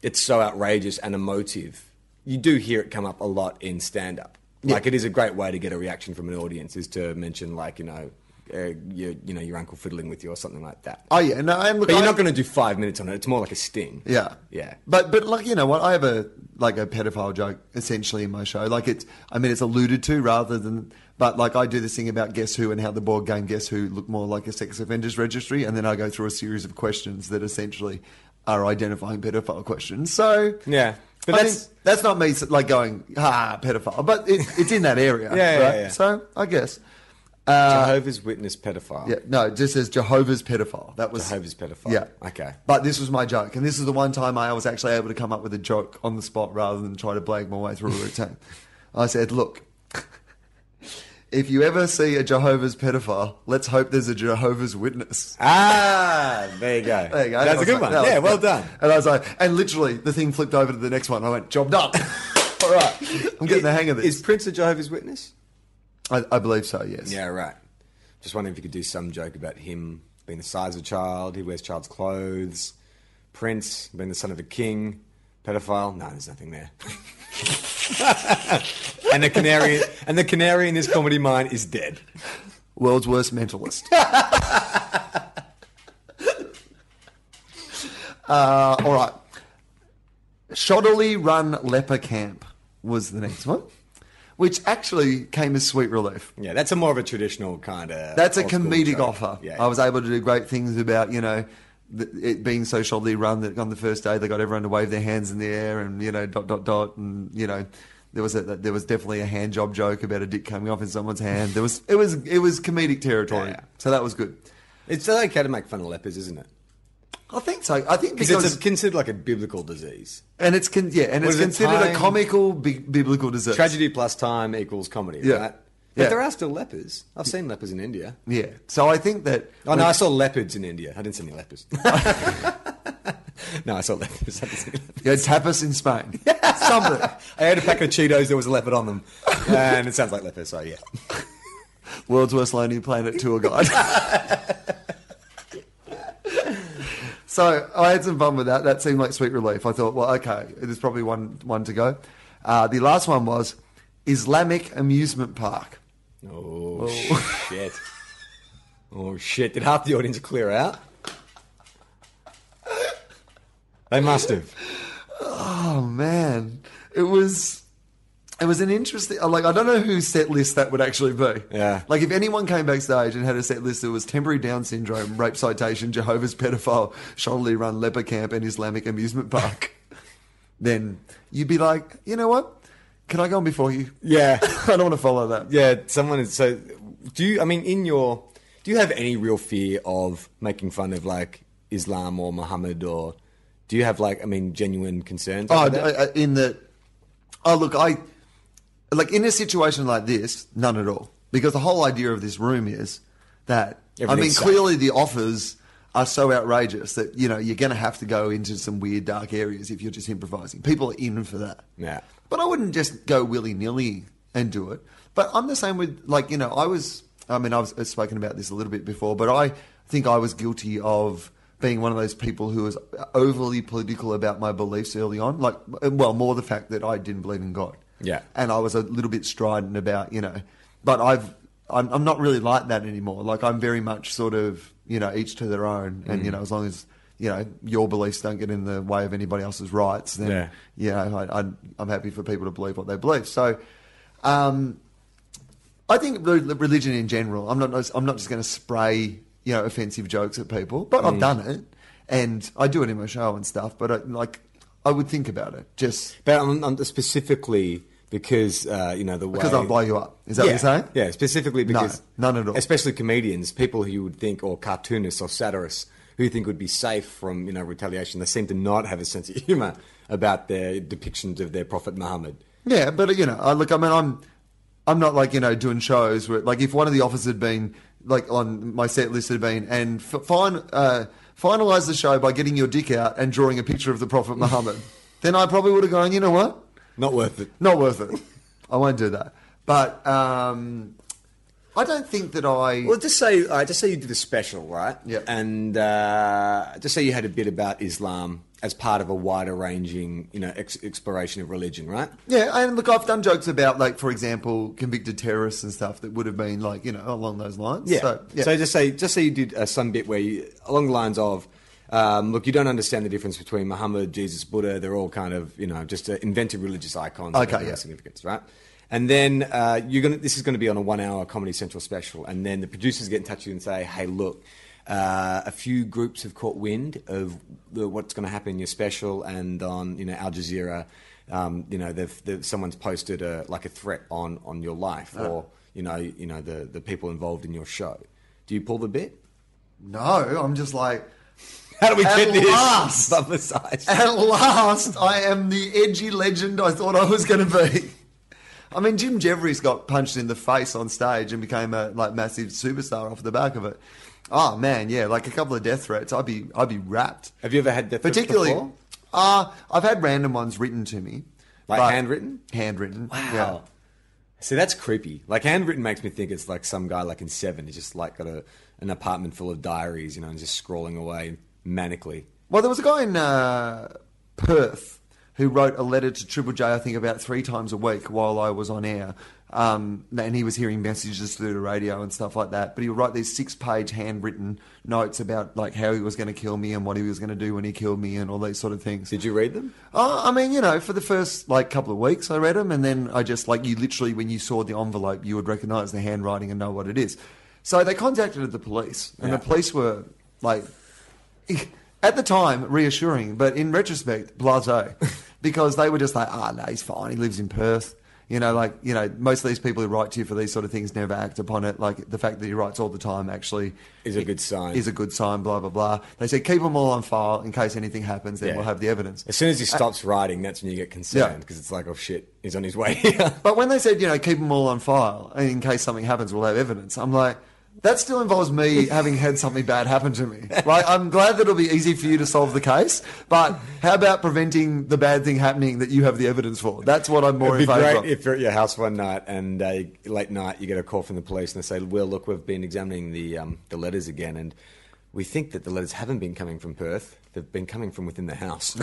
Speaker 1: it's so outrageous and emotive, you do hear it come up a lot in stand up. Like, it is a great way to get a reaction from an audience is to mention, like, you know, uh, your, you know, your uncle fiddling with you or something like that.
Speaker 2: Oh yeah, no, and look,
Speaker 1: But you're
Speaker 2: I-
Speaker 1: not going to do five minutes on it. It's more like a sting.
Speaker 2: Yeah,
Speaker 1: Yeah.
Speaker 2: But but like you know what, I have a like a pedophile joke essentially in my show. Like it's, I mean, it's alluded to rather than. But like I do this thing about guess who and how the board game guess who look more like a sex offenders registry, and then I go through a series of questions that essentially are identifying pedophile questions. So
Speaker 1: Yeah. But
Speaker 2: I mean,
Speaker 1: that's-
Speaker 2: that's not me like going ah pedophile, but it, it's in that area.
Speaker 1: Yeah, yeah,
Speaker 2: right?
Speaker 1: yeah.
Speaker 2: So I guess
Speaker 1: Jehovah's Witness pedophile.
Speaker 2: uh, yeah, no, it just says Jehovah's pedophile. That was
Speaker 1: Jehovah's pedophile.
Speaker 2: Yeah,
Speaker 1: Okay.
Speaker 2: But this was my joke, and this is the one time I was actually able to come up with a joke on the spot rather than try to blag my way through a routine. I said, "Look, if you ever see a Jehovah's pedophile, let's hope there's a Jehovah's Witness.
Speaker 1: Ah, there you go.
Speaker 2: There you go.
Speaker 1: That's
Speaker 2: I
Speaker 1: a
Speaker 2: was
Speaker 1: good
Speaker 2: like,
Speaker 1: one.
Speaker 2: that was
Speaker 1: Yeah, well
Speaker 2: good.
Speaker 1: done.
Speaker 2: And I was like, and literally the thing flipped over to the next one. I went, job done.
Speaker 1: All right.
Speaker 2: I'm getting the hang of this.
Speaker 1: Is Prince a Jehovah's Witness?
Speaker 2: I, I believe so. Yes.
Speaker 1: Yeah, right. Just wondering if you could do some joke about him being the size of a child, he wears child's clothes, Prince being the son of a king, pedophile. No, there's nothing there. and the canary and the canary in this comedy mine is dead.
Speaker 2: World's worst mentalist. uh, all right. Shoddily Run Leper Camp was the next one, which actually came as sweet relief.
Speaker 1: Yeah, that's a more of a traditional kind of.
Speaker 2: That's a
Speaker 1: old school
Speaker 2: comedic
Speaker 1: joke.
Speaker 2: offer.
Speaker 1: Yeah,
Speaker 2: I was able to do great things about, you know, th it being so shoddily run that on the first day they got everyone to wave their hands in the air and, you know, dot, dot, dot. And, you know, there was a, there was definitely a hand job joke about a dick coming off in someone's hand. There was, it was, it was comedic territory.
Speaker 1: Yeah, yeah.
Speaker 2: So that was good.
Speaker 1: It's still okay to make fun of lepers, isn't it?
Speaker 2: I think so. I think
Speaker 1: Because
Speaker 2: because,
Speaker 1: it's a, considered like a biblical disease.
Speaker 2: and it's, con- yeah, and
Speaker 1: What is
Speaker 2: it's
Speaker 1: it,
Speaker 2: considered a
Speaker 1: time-
Speaker 2: comical bi- biblical disease.
Speaker 1: Tragedy plus time equals comedy,
Speaker 2: Yeah.
Speaker 1: right? But
Speaker 2: Yeah.
Speaker 1: there are still lepers. I've seen lepers in India.
Speaker 2: Yeah. So I think that.
Speaker 1: Oh no, I saw leopards in India. I didn't see any lepers. no, I saw leopards. I, didn't see leopards.
Speaker 2: Yeah, tapas in Spain. Something.
Speaker 1: I had a pack of Cheetos. There was a leopard on them, and it sounds like lepers. So yeah,
Speaker 2: World's Worst Lonely Planet tour guide. so I had some fun with that. That seemed like sweet relief. I thought, well, okay, there's probably one one to go. Uh, the last one was Islamic amusement park.
Speaker 1: Oh, shit. Oh shit. Did half the audience clear out? They must have.
Speaker 2: Oh man, it was. It was an interesting, like I don't know whose set list that would actually be.
Speaker 1: Yeah.
Speaker 2: Like if anyone came backstage and had a set list that was temporary Down syndrome, rape citation, Jehovah's pedophile, shoddily run leper camp, and Islamic amusement park, then you'd be like, you know what? Can I go on before you?
Speaker 1: Yeah.
Speaker 2: I don't want to follow that.
Speaker 1: Yeah, someone is so do you I mean in your do you have any real fear of making fun of like Islam or Muhammad or do you have like I mean genuine concerns?
Speaker 2: Oh,
Speaker 1: about that?
Speaker 2: uh, in the oh look, I like in a situation like this, none at all, because the whole idea of this room is that I mean,
Speaker 1: Everything's safe.
Speaker 2: clearly the offers are so outrageous that you know you're going to have to go into some weird dark areas if you're just improvising. People are in for that.
Speaker 1: Yeah.
Speaker 2: But I wouldn't just go willy nilly and do it. But I'm the same with, like, you know, I was, I mean, I've spoken about this a little bit before, but I think I was guilty of being one of those people who was overly political about my beliefs early on. Like, well, more the fact that I didn't believe in God.
Speaker 1: Yeah.
Speaker 2: And I was a little bit strident about, you know, but I've, I'm, I'm not really like that anymore. Like, I'm very much sort of, you know, each to their own. And, you know, as long as, you know, your beliefs don't get in the way of anybody else's rights, then
Speaker 1: Yeah.
Speaker 2: yeah, I, I, I'm happy for people to believe what they believe. So, um, I think re- religion in general. I'm not. I'm not just going to spray you know offensive jokes at people, but
Speaker 1: Mm.
Speaker 2: I've done it, and I do it in my show and stuff. But I, like, I would think about it just
Speaker 1: But I'm, I'm specifically because uh, you know the way
Speaker 2: because I'll blow you up. Is that
Speaker 1: yeah,
Speaker 2: what you're saying?
Speaker 1: Yeah, specifically because
Speaker 2: none at all.
Speaker 1: Especially comedians, people who you would think, or cartoonists or satirists, who you think would be safe from you know retaliation. They seem to not have a sense of humor about their depictions of their prophet Muhammad.
Speaker 2: Yeah, but you know, I, look, I mean, I'm, I'm not like you know doing shows where like if one of the offers had been like on my set list had been and f- fin- uh, finalize the show by getting your dick out and drawing a picture of the Prophet Muhammad, then I probably would have gone, you know what,
Speaker 1: Not worth it.
Speaker 2: not worth it. I won't do that. But um, I don't think that I.
Speaker 1: Well, just say, uh, just say you did a special, right?
Speaker 2: Yeah.
Speaker 1: And uh, just say you had a bit about Islam as part of a wider ranging, you know, ex- exploration of religion, right?
Speaker 2: Yeah, and look, I've done jokes about like, for example, convicted terrorists and stuff that would have been like, you know, along those lines.
Speaker 1: Yeah.
Speaker 2: So,
Speaker 1: So,
Speaker 2: yeah.
Speaker 1: just say just say you did uh, some bit where you, along the lines of. Um, look, you don't understand the difference between Muhammad, Jesus, Buddha. They're all kind of, you know, just uh, invented religious icons. that
Speaker 2: Okay,
Speaker 1: have no
Speaker 2: yeah.
Speaker 1: Significance, right? And then uh, you're gonna. This is going to be on a one-hour Comedy Central special. And then the producers get in touch with you and say, "Hey, look, uh, a few groups have caught wind of the, what's going to happen in your special, and on you know Al Jazeera, um, you know, they've, they've, someone's posted a, like a threat on on your life,
Speaker 2: Ah.
Speaker 1: or you know, you know the the people involved in your show. Do you pull the bit?
Speaker 2: no, I'm just like.
Speaker 1: How do we
Speaker 2: At
Speaker 1: get this
Speaker 2: last.
Speaker 1: publicized?
Speaker 2: At last, I am the edgy legend I thought I was going to be. I mean, Jim Jeffries got punched in the face on stage and became a like massive superstar off the back of it. Oh man, yeah, like a couple of death threats, I'd be I'd be wrapped.
Speaker 1: Have you ever had death threats
Speaker 2: particularly?
Speaker 1: before?
Speaker 2: Uh, I've had random ones written to me,
Speaker 1: Like
Speaker 2: but-
Speaker 1: handwritten?
Speaker 2: handwritten.
Speaker 1: Wow.
Speaker 2: yeah.
Speaker 1: See, that's creepy. Like handwritten makes me think it's like some guy like in Seven. He's just like got a, an apartment full of diaries, you know, and just scrawling away manically.
Speaker 2: Well, there was a guy in uh, Perth who wrote a letter to Triple J, I think, about three times a week while I was on air. Um, and he was hearing messages through the radio and stuff like that. But he would write these six-page handwritten notes about like how he was going to kill me and what he was going to do when he killed me and all these sort of things.
Speaker 1: Did you read them?
Speaker 2: Oh, I mean, you know, for the first like couple of weeks, I read them, and then I just like you literally when you saw the envelope, you would recognise the handwriting and know what it is. So they contacted the police, and the
Speaker 1: Yeah.
Speaker 2: police were like, at the time, reassuring, but in retrospect, blasé, because they were just like, ah, no, he's fine. He lives in Perth. You know, like you know, most of these people who write to you for these sort of things never act upon it. Like the fact that he writes all the time actually
Speaker 1: Is a good sign.
Speaker 2: Is a good sign. Blah blah blah. They said keep them all on file in case anything happens. Then
Speaker 1: Yeah.
Speaker 2: we'll have the evidence.
Speaker 1: As soon as he stops writing, that's when you get concerned
Speaker 2: Yeah.
Speaker 1: because it's like, oh shit, he's on his way. here.
Speaker 2: But when they said, you know, keep them all on file and in case something happens, we'll have evidence, I'm like, that still involves me having had something bad happen to me. Like, I'm glad that it'll be easy for you to solve the case, but how about preventing the bad thing happening that you have the evidence for? That's what I'm more
Speaker 1: It'd be
Speaker 2: in favour
Speaker 1: great
Speaker 2: of.
Speaker 1: if you're at your house one night and uh, late night you get a call from the police and they say, "Well, look, we've been examining the um, the letters again, and we think that the letters haven't been coming from Perth. They've been coming from within the house."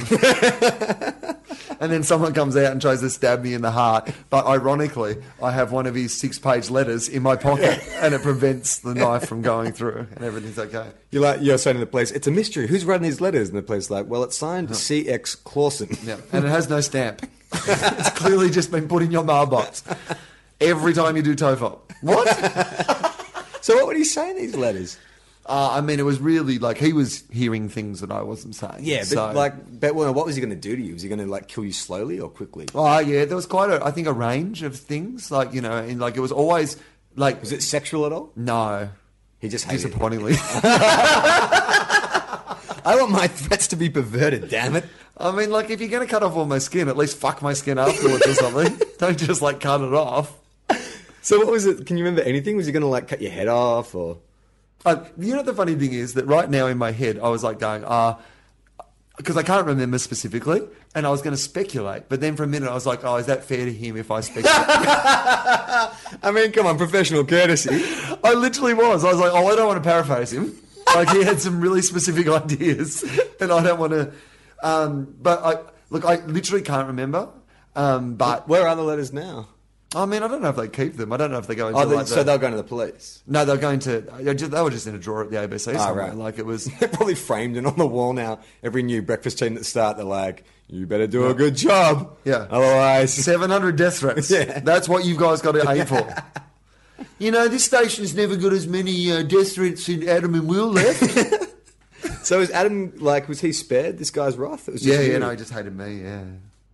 Speaker 2: and then someone comes out and tries to stab me in the heart, but ironically, I have one of his six page letters in my pocket and it prevents the knife from going through and everything's okay.
Speaker 1: you're like, you're saying to the police, "It's a mystery. Who's writing these letters?" And the police are like, "Well, it's signed C. X. Clawson."
Speaker 2: Uh-huh. Yeah, and it has no stamp. it's clearly just been put in your mailbox every time you do TOEFL. What?
Speaker 1: so what would he say in these letters?
Speaker 2: Uh, I mean, it was really like he was hearing things that I wasn't saying.
Speaker 1: Yeah, but
Speaker 2: So-
Speaker 1: like, but well, what was he going to do to you? Was he going to like kill you slowly or quickly?
Speaker 2: oh yeah, there was quite a, I think, a range of things. Like you know, and like it was always like
Speaker 1: Was it sexual at all?
Speaker 2: no,
Speaker 1: He just hated it.
Speaker 2: disappointingly.
Speaker 1: I want my threats to be perverted. Damn it.
Speaker 2: I mean, like if you're gonna cut off all my skin, at least fuck my skin afterwards or something. Don't just like cut it off.
Speaker 1: So what was it? Can you remember anything? Was he going to like cut your head off or?
Speaker 2: Uh, you know, the funny thing is that right now in my head, I was like going, ah, because I can't remember specifically, and I was going to speculate. But then for a minute, I was like, oh, is that fair to him if I speculate?
Speaker 1: I mean, come on, professional courtesy.
Speaker 2: I literally was. I was like, oh, I don't want to paraphrase him. Like, he had some really specific ideas, and I don't want to. Um, but I look, I literally can't remember. Um, but
Speaker 1: Where are the letters now?
Speaker 2: I mean, I don't know if they keep them. I don't know if they go into
Speaker 1: Oh, they,
Speaker 2: like
Speaker 1: so
Speaker 2: the-
Speaker 1: they'll go to the police.
Speaker 2: no, they're going to. They were just in a drawer at the ABC somewhere.
Speaker 1: Ah, right.
Speaker 2: Like it was.
Speaker 1: They're probably framed and on the wall now. Every new breakfast team that start, they're like, "You better do a good job,
Speaker 2: Yeah.
Speaker 1: Otherwise,
Speaker 2: 700 death threats.
Speaker 1: Yeah.
Speaker 2: That's what you guys got to aim for. You know, this station's never got as many uh, death threats in Adam and Will left.
Speaker 1: so is Adam like? Was he spared this guy's wrath? It was
Speaker 2: yeah,
Speaker 1: just
Speaker 2: yeah,
Speaker 1: you.
Speaker 2: no, he just hated me, yeah.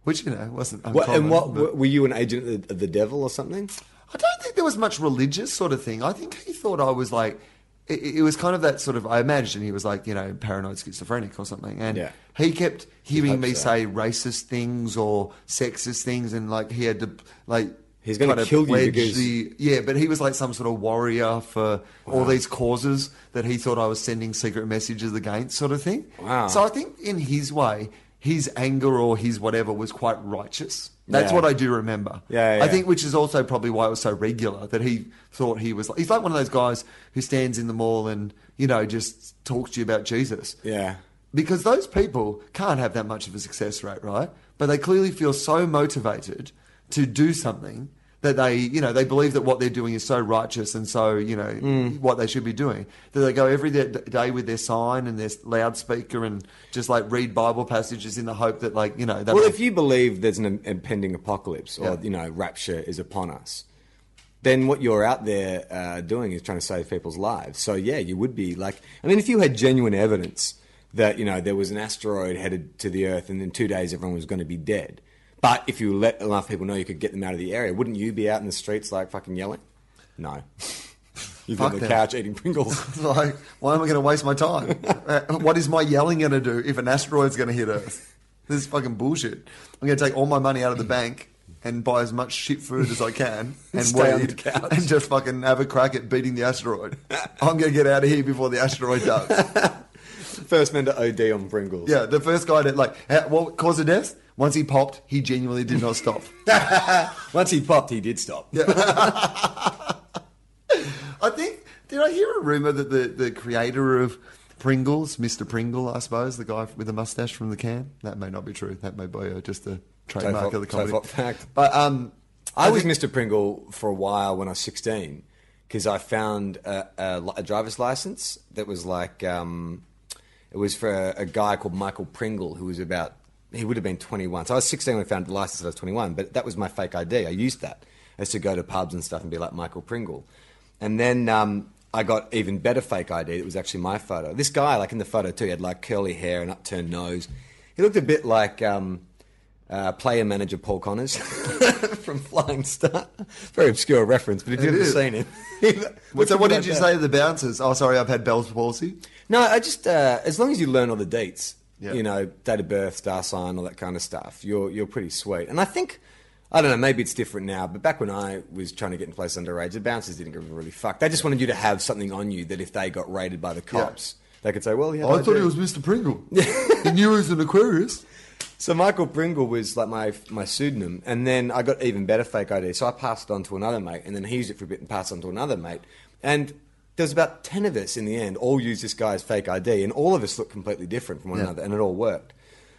Speaker 2: Which, you know, wasn't
Speaker 1: What,
Speaker 2: uncommon.
Speaker 1: and what
Speaker 2: but-
Speaker 1: were you an agent of the, of the devil or something?
Speaker 2: I don't think there was much religious sort of thing. I think he thought I was like, it, it was kind of that sort of. I imagine he was like, you know, paranoid schizophrenic or something, and
Speaker 1: Yeah.
Speaker 2: he kept hearing
Speaker 1: hope
Speaker 2: me
Speaker 1: so.
Speaker 2: say racist things or sexist things, and like he had to like.
Speaker 1: He's gonna
Speaker 2: kind of
Speaker 1: kill you
Speaker 2: pledge
Speaker 1: because-
Speaker 2: the, yeah, but he was like some sort of warrior for all these causes that he thought I was sending secret messages against, sort of thing.
Speaker 1: Wow.
Speaker 2: So I think in his way, his anger or his whatever was quite righteous. That's
Speaker 1: Yeah.
Speaker 2: what I do remember.
Speaker 1: Yeah, yeah,
Speaker 2: I think
Speaker 1: yeah.
Speaker 2: which is also probably why it was so regular that he thought he was. He's like one of those guys who stands in the mall and you know just talks to you about Jesus.
Speaker 1: Yeah.
Speaker 2: Because those people can't have that much of a success rate, right? But they clearly feel so motivated to do something that they, you know, they believe that what they're doing is so righteous and so, you know,
Speaker 1: Mm.
Speaker 2: what they should be doing that they go every day- day with their sign and their loudspeaker and just like read Bible passages in the hope that, like, you know, that
Speaker 1: Well,
Speaker 2: will-
Speaker 1: if you believe there's an impending apocalypse or,
Speaker 2: Yeah.
Speaker 1: you know, rapture is upon us, then what you're out there uh, doing is trying to save people's lives. So, yeah, you would be like, I mean, if you had genuine evidence that, you know, there was an asteroid headed to the Earth and in two days everyone was going to be dead, but if you let enough people know you could get them out of the area, wouldn't you be out in the streets like fucking yelling? No. You'd be
Speaker 2: Fuck
Speaker 1: on the
Speaker 2: that.
Speaker 1: couch eating Pringles.
Speaker 2: It's like, why am I going to waste my time? Uh, what is my yelling going to do if an asteroid's going to hit Earth? This is fucking bullshit. I'm going to take all my money out of the bank and buy as much shit food as I can and
Speaker 1: Stay on
Speaker 2: weed
Speaker 1: the couch.
Speaker 2: and just fucking have a crack at beating the asteroid. I'm gonna get out of here before the asteroid does.
Speaker 1: First man to OD on Pringles.
Speaker 2: Yeah, the first guy that like ha- what caused the death? Once he popped, he genuinely did not stop.
Speaker 1: Once he popped, he did stop.
Speaker 2: I think did I hear a rumor that the, the creator of Pringles, Mr. Pringle, I suppose, the guy with the mustache from the can. That may not be true. That may be uh, just a trademark
Speaker 1: Toe-fop-
Speaker 2: of the company.
Speaker 1: toe-fop fact.
Speaker 2: But um,
Speaker 1: I was
Speaker 2: think-
Speaker 1: Mr. Pringle for a while when I was 16 because I found a, a, li- a driver's license that was like, um, it was for a, a guy called Michael Pringle who was about, he would have been 21. So I was 16 when I found the license, I was 21, but that was my fake ID. I used that as to go to pubs and stuff and be like Michael Pringle. And then um, I got even better fake ID that was actually my photo. This guy, like in the photo too, he had like curly hair and upturned nose. He looked a bit like um, uh, player manager Paul Connors from Flying Star. Very obscure reference, but if you've
Speaker 2: It
Speaker 1: ever
Speaker 2: is.
Speaker 1: seen it.
Speaker 2: so what did you say to the bouncers? Oh, sorry, I've had Bell's palsy.
Speaker 1: No, I just uh, as long as you learn all the dates,
Speaker 2: Yeah.
Speaker 1: you know, date of birth, star sign, all that kind of stuff, you're you're pretty sweet. And I think I don't know, maybe it's different now, but back when I was trying to get in place underage, the bouncers didn't give a really fuck. They just wanted you to have something on you that if they got raided by the cops, they could say, "Well, yeah."
Speaker 2: Oh, I thought
Speaker 1: do."
Speaker 2: it was Mr. Pringle. he knew he was an Aquarius.
Speaker 1: So Michael Pringle was like my my pseudonym, and then I got even better fake ID. So I passed it on to another mate, and then he used it for a bit and passed it on to another mate. And there was about ten of us in the end, all used this guy's fake ID, and all of us looked completely different from one
Speaker 2: Yeah.
Speaker 1: another, and it all worked.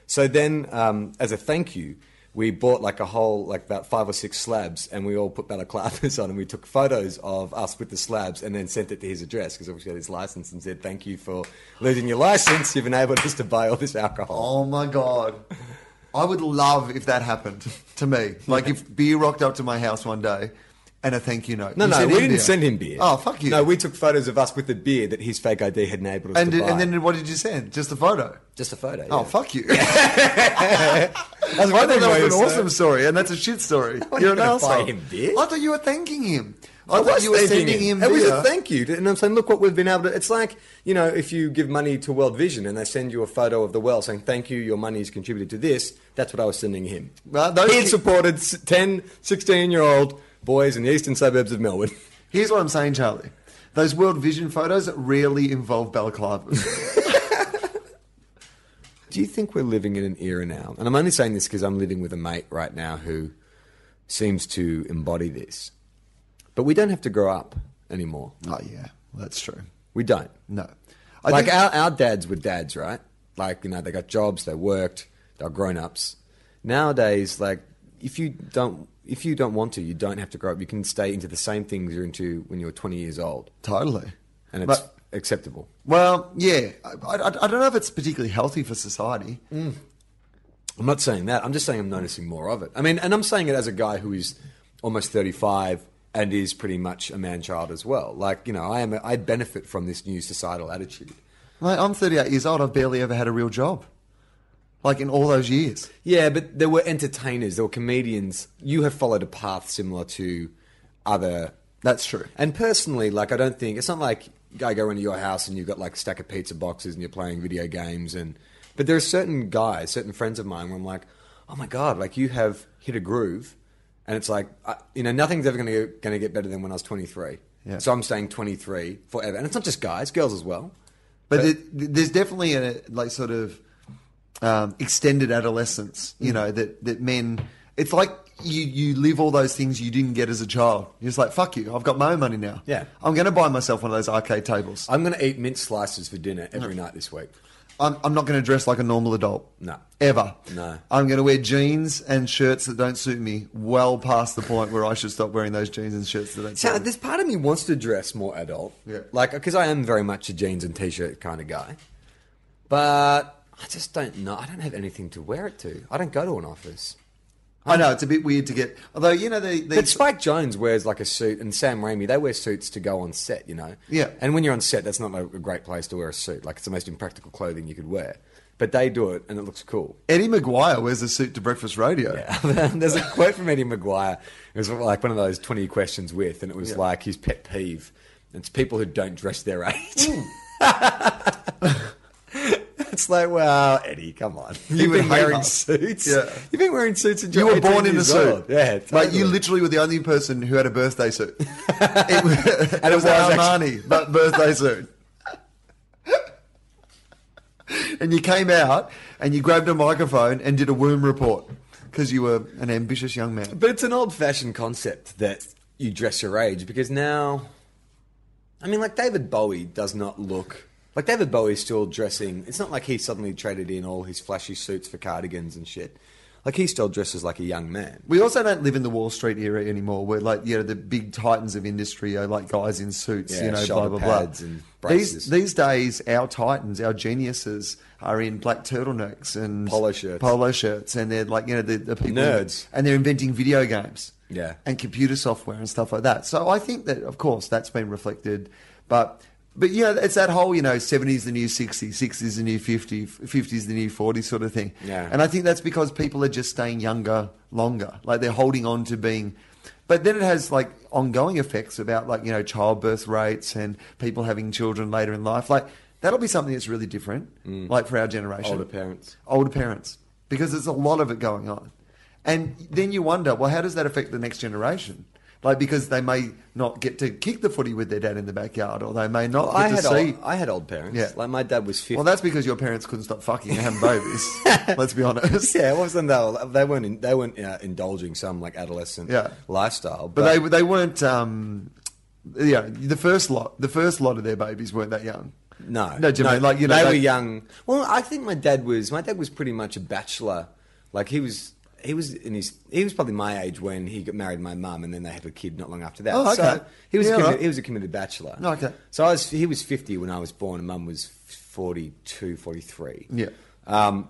Speaker 1: So then, um, as a thank you, we bought like a whole like about five or six slabs, and we all put balaclavas on, and we took photos of us with the slabs, and then sent it to his address because obviously he had his license, and said, "Thank you for losing your license. You've enabled us to buy all this alcohol."
Speaker 2: Oh my god. I would love if that happened to me. Like if beer rocked up to my house one day and a thank you note.
Speaker 1: No,
Speaker 2: You
Speaker 1: no,
Speaker 2: sent
Speaker 1: we
Speaker 2: him
Speaker 1: didn't
Speaker 2: beer.
Speaker 1: send him beer.
Speaker 2: Oh, fuck you.
Speaker 1: No, we took photos of us with the beer that his fake ID had enabled us
Speaker 2: and
Speaker 1: to buy.
Speaker 2: and then what did you send? Just a photo.
Speaker 1: just a photo.
Speaker 2: Oh
Speaker 1: yeah.
Speaker 2: fuck you! I
Speaker 1: That's one
Speaker 2: thought
Speaker 1: thing.
Speaker 2: that was
Speaker 1: Moyes,
Speaker 2: an
Speaker 1: though.
Speaker 2: awesome story, and that's a shit story.
Speaker 1: What,
Speaker 2: You're
Speaker 1: you're
Speaker 2: an
Speaker 1: gonna buy
Speaker 2: asshole.
Speaker 1: him beer?
Speaker 2: I thought you were thanking him. I,
Speaker 1: I
Speaker 2: thought
Speaker 1: was
Speaker 2: you were
Speaker 1: thanking
Speaker 2: sending him.
Speaker 1: It was
Speaker 2: beer.
Speaker 1: a thank you, and I'm saying, look what we've been able to. It's like you know, if you give money to World Vision and they send you a photo of the well saying, "Thank you, your money has contributed to this." That's what I was sending him.
Speaker 2: Well, those
Speaker 1: he had
Speaker 2: ki-
Speaker 1: supported s- 10, 16 year old boys in the eastern suburbs of Melbourne.
Speaker 2: Here's what I'm saying, Charlie. Those World Vision photos rarely involve balaclavas.
Speaker 1: Do you think we're living in an era now? And I'm only saying this because I'm living with a mate right now who seems to embody this. But we don't have to grow up anymore.
Speaker 2: oh yeah, well, that's true.
Speaker 1: We don't.
Speaker 2: No, I
Speaker 1: like
Speaker 2: think-
Speaker 1: our, our dads were dads, right? Like, you know, they got jobs, they worked, they were grown ups. Nowadays, like, if you don't if you don't want to, you don't have to grow up. You can stay into the same things you're into when you're 20 years old,
Speaker 2: totally.
Speaker 1: and it's
Speaker 2: But-
Speaker 1: acceptable.
Speaker 2: well, yeah. I, I, I don't know if it's particularly healthy for society.
Speaker 1: Mm. I'm not saying that. I'm just saying I'm noticing more of it. I mean, and I'm saying it as a guy who is almost 35 and is pretty much a man child as well. Like, you know, I am. I benefit from this new societal attitude.
Speaker 2: Mate, I'm 38 years old. I've barely ever had a real job. Like in all those years.
Speaker 1: Yeah, but there were entertainers, there were comedians. You have followed a path similar to other.
Speaker 2: That's true.
Speaker 1: And personally, like, I don't think it's not like I go into your house and you've got like a stack of pizza boxes and you're playing video games. And but there are certain guys, certain friends of mine, where I'm like, oh my god, like you have hit a groove, and it's like I, you know nothing's ever going to going to get better than when I was 23.
Speaker 2: Yeah.
Speaker 1: So I'm staying 23 forever, and it's not just guys, girls as well.
Speaker 2: But there- there's definitely a like sort of um, extended adolescence, you know, that that men. It's like you you live all those things you didn't get as a child. You're just like fuck you. I've got my own money now.
Speaker 1: Yeah.
Speaker 2: I'm going to buy myself one of those arcade tables.
Speaker 1: I'm going to eat mint slices for dinner every night this week.
Speaker 2: I'm, I'm not going to dress like a normal adult.
Speaker 1: No.
Speaker 2: Ever.
Speaker 1: No.
Speaker 2: I'm going to wear jeans and shirts that don't suit me well past the point where I should stop wearing those jeans and shirts that don't
Speaker 1: So
Speaker 2: suit me.
Speaker 1: this part of me wants to dress more adult,
Speaker 2: Yeah.
Speaker 1: like because I am very much a jeans and t-shirt kind of guy, but I just don't know. I don't have anything to wear it to. I don't go to an office.
Speaker 2: I know, it's a bit weird to get. Although, you know, the. the
Speaker 1: But Spike Jones wears like a suit, and Sam Raimi they wear suits to go on set, you know.
Speaker 2: Yeah.
Speaker 1: And when you're on set, that's not like, a great place to wear a suit. Like it's the most impractical clothing you could wear. But they do it, and it looks cool.
Speaker 2: Eddie Maguire wears a suit to breakfast radio.
Speaker 1: There's a quote from Eddie Maguire. It was like one of those 20 questions with, and it was
Speaker 2: Yeah.
Speaker 1: like his pet peeve. It's people who don't dress their age. It's like, well, Eddie, come on. You've
Speaker 2: would
Speaker 1: been
Speaker 2: hate
Speaker 1: wearing
Speaker 2: us.
Speaker 1: suits.
Speaker 2: Yeah.
Speaker 1: You've been wearing suits and
Speaker 2: You were born in a suit.
Speaker 1: Yeah.
Speaker 2: Like you literally were the only person who had a birthday suit. it was, it
Speaker 1: it
Speaker 2: was
Speaker 1: was actually-
Speaker 2: Armani, but birthday suit. and you came out and you grabbed a microphone and did a womb report because you were an ambitious young man.
Speaker 1: But it's an old fashioned concept that you dress your age because now, I mean, like David Bowie does not look like David Bowie's still dressing. It's not like he suddenly traded in all his flashy suits for cardigans and shit. Like he still dresses like a young man.
Speaker 2: We also don't live in the Wall Street era anymore, where like you know the big titans of industry are like guys in suits,
Speaker 1: Yeah,
Speaker 2: you know, blah
Speaker 1: shoulder
Speaker 2: blah blah.
Speaker 1: pads and
Speaker 2: these
Speaker 1: braces.
Speaker 2: these days, our titans, our geniuses, are in black turtlenecks and
Speaker 1: Polo shirts.
Speaker 2: polo shirts, and they're like you know the, the people
Speaker 1: Nerds.
Speaker 2: and they're inventing video games,
Speaker 1: Yeah.
Speaker 2: and computer software and stuff like that. So I think that of course that's been reflected, but. But yeah, it's that whole, you know, 70s the new 60, 60s the new 50, 50s the new 40 sort of thing.
Speaker 1: Yeah.
Speaker 2: And I think that's because people are just staying younger longer. Like they're holding on to being. But then it has like ongoing effects about like, you know, childbirth rates and people having children later in life. Like that'll be something that's really different, like for our generation.
Speaker 1: Mm. Older parents.
Speaker 2: Older parents. Because there's a lot of it going on. And then you wonder, well, how does that affect the next generation? Like because they may not get to kick the footy with their dad in the backyard, or they may not get
Speaker 1: I
Speaker 2: to
Speaker 1: had
Speaker 2: see.
Speaker 1: old, I had old parents.
Speaker 2: Yeah.
Speaker 1: Like my dad was fifty.
Speaker 2: Well, that's because your parents couldn't stop fucking and having babies. Let's be honest.
Speaker 1: yeah, it wasn't that they weren't in, they weren't uh, indulging some like adolescent
Speaker 2: Yeah.
Speaker 1: lifestyle.
Speaker 2: But they they weren't. Um, yeah, the first lot, the first lot of their babies weren't that young.
Speaker 1: No,
Speaker 2: no, do you mean, like you know,
Speaker 1: they, were young. Well, I think my dad was. My dad was pretty much a bachelor. Like he was, he was in his. He was probably my age when he got married my mum, and then they had a kid not long after that.
Speaker 2: Oh, okay.
Speaker 1: So he was
Speaker 2: Yeah,
Speaker 1: a commi-
Speaker 2: alright.
Speaker 1: he was a committed bachelor.
Speaker 2: Okay.
Speaker 1: So I was. He was fifty when I was born, and mum was 42, 43.
Speaker 2: Yeah.
Speaker 1: Um,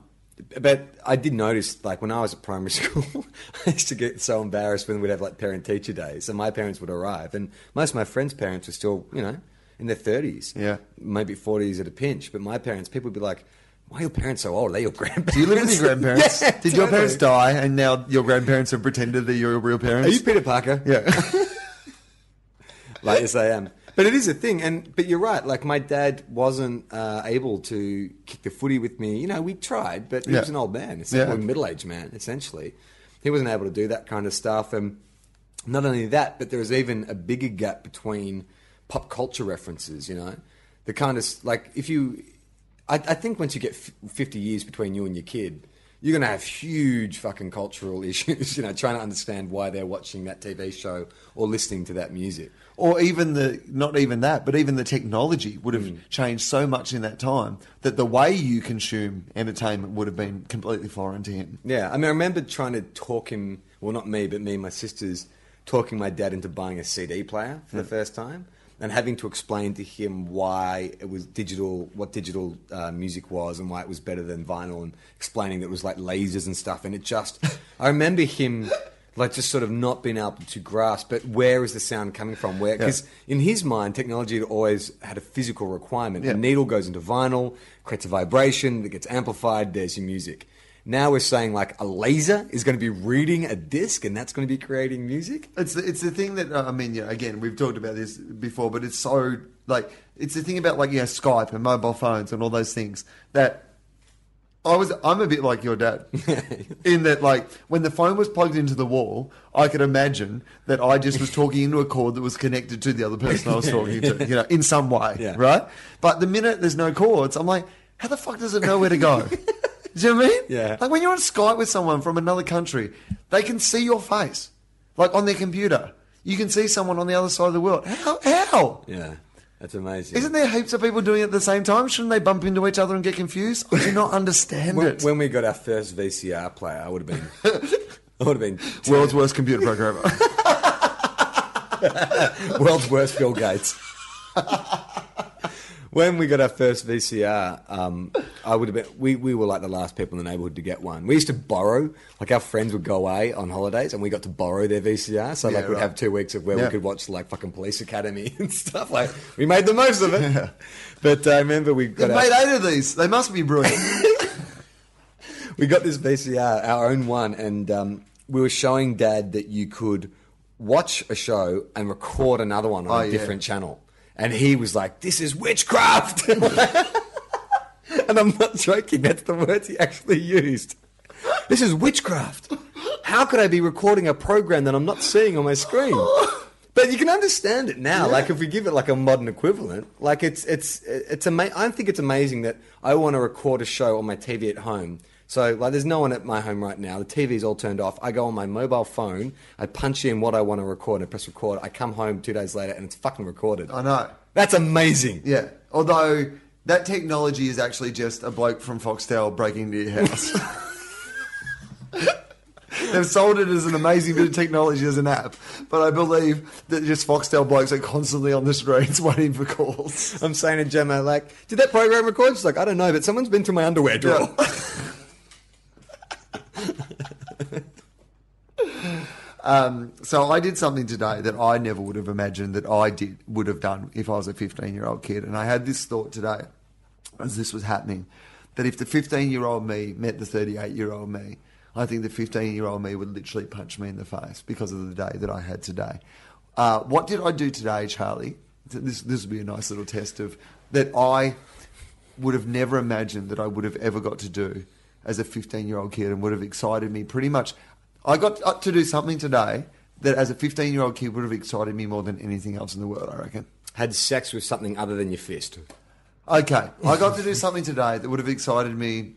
Speaker 1: but I did notice, like when I was at primary school, I used to get so embarrassed when we'd have like parent teacher days, and my parents would arrive, and most of my friends' parents were still, you know, in their thirties,
Speaker 2: Yeah.
Speaker 1: maybe forties at a pinch. But my parents, people would be like, "Why are your parents so old? Are they your grandparents?
Speaker 2: Do you live with your grandparents?
Speaker 1: Yeah,
Speaker 2: Did your
Speaker 1: totally.
Speaker 2: parents die, and now your grandparents have pretended that you're your real
Speaker 1: Are
Speaker 2: parents?
Speaker 1: you Peter Parker?
Speaker 2: yeah.
Speaker 1: like yes i am but it is a thing and but you're right like my dad wasn't uh, able to kick the footy with me you know we tried but he
Speaker 2: Yeah.
Speaker 1: was an old man
Speaker 2: Yeah.
Speaker 1: essentially or a middle-aged man essentially he wasn't able to do that kind of stuff and not only that but there was even a bigger gap between pop culture references you know the kind of s- like if you i, I think once you get f- 50 years between you and your kid you're going to have huge fucking cultural issues, you know, trying to understand why they're watching that TV show or listening to that music.
Speaker 2: Or even the not even that, but even the technology would
Speaker 1: Hmm.
Speaker 2: have changed so much in that time that the way you consume entertainment would have been completely foreign to him.
Speaker 1: Yeah, I mean, I remember trying to talk him, well, not me, but me and my sisters, talking my dad into buying a CD player for the first time and having to explain to him why it was digital, what digital uh, music was and why it was better than vinyl and explaining that it was like lasers and stuff. And it just, I remember him. Like just sort of not being able to grasp, but where is the sound coming from? Where because in his mind, technology had always had a physical requirement.
Speaker 2: Yeah.
Speaker 1: A needle goes into vinyl, creates a vibration that gets amplified. There's your music. Now we're saying like a laser is going to be reading a disc and that's going to be creating music.
Speaker 2: It's the, it's the thing that uh, I mean. Yeah, again, we've talked about this before, but it's so like it's the thing about like you know Skype and mobile phones and all those things that I was I'm a bit like your dad in that like when the phone was plugged into the wall, I could imagine that I just was talking into a cord that was connected to the other person I was talking to, you know, in some way,
Speaker 1: Yeah.
Speaker 2: right? But the minute there's no cords, I'm like, how the fuck does it know where to go? Do you know what I mean?
Speaker 1: Yeah.
Speaker 2: Like when you're on Skype with someone from another country, they can see your face, like on their computer. You can see someone on the other side of the world. How? How?
Speaker 1: Yeah, that's amazing.
Speaker 2: Isn't there heaps of people doing it at the same time? Shouldn't they bump into each other and get confused? I do not understand
Speaker 1: when,
Speaker 2: it.
Speaker 1: when we got our first VCR player, I would have been, I would have been ten-
Speaker 2: World's worst computer programmer.
Speaker 1: world's worst Bill Gates. when we got our first VCR, um, I would have been. We, we were like the last people in the neighborhood to get one. We used to borrow. Like our friends would go away on holidays, and we got to borrow their VCR. So
Speaker 2: Yeah,
Speaker 1: like we'd
Speaker 2: right.
Speaker 1: have two weeks of where
Speaker 2: Yeah.
Speaker 1: we could watch like fucking Police Academy and stuff. Like we made the most of it. But uh, I remember we
Speaker 2: They've
Speaker 1: got our-
Speaker 2: made eight of these. They must be brilliant.
Speaker 1: we got this VCR, our own one, and um, we were showing Dad that you could watch a show and record another one on
Speaker 2: Oh,
Speaker 1: a
Speaker 2: yeah.
Speaker 1: different channel. And he was like, "This is witchcraft." and I'm not joking. That's the words he actually used. This is witchcraft. How could I be recording a program that I'm not seeing on my screen? But you can understand it now. Like if we give it like a modern equivalent, like it's it's it's ama- I think it's amazing that I want to record a show on my TV at home. So like there's no one at my home right now. The TV's all turned off. I go on my mobile phone. I punch in what I want to record. I press record. I come home two days later and it's fucking recorded.
Speaker 2: I know.
Speaker 1: That's amazing.
Speaker 2: Yeah. Although that technology is actually just a bloke from Foxtel breaking into your house. They've sold it as an amazing bit of technology as an app, but I believe that just Foxtel blokes are constantly on the streets waiting for calls.
Speaker 1: I'm saying to Gemma, like, did that program record? She's like, I don't know, but someone's been to my underwear drawer.
Speaker 2: Um, so I did something today that I never would have imagined that I did would have done if I was a 15 year old kid, and I had this thought today as this was happening that if the 15 year old me met the 38 year old me, I think the 15 year old me would literally punch me in the face because of the day that I had today. Uh, what did I do today, Charlie? Th- This this would be a nice little test of that I would have never imagined that I would have ever got to do as a 15 year old kid and would have excited me pretty much. I got up to do something today that as a 15 year old kid would have excited me more than anything else in the world, I reckon.
Speaker 1: Had sex with something other than your fist.
Speaker 2: Okay, I got to do something today that would have excited me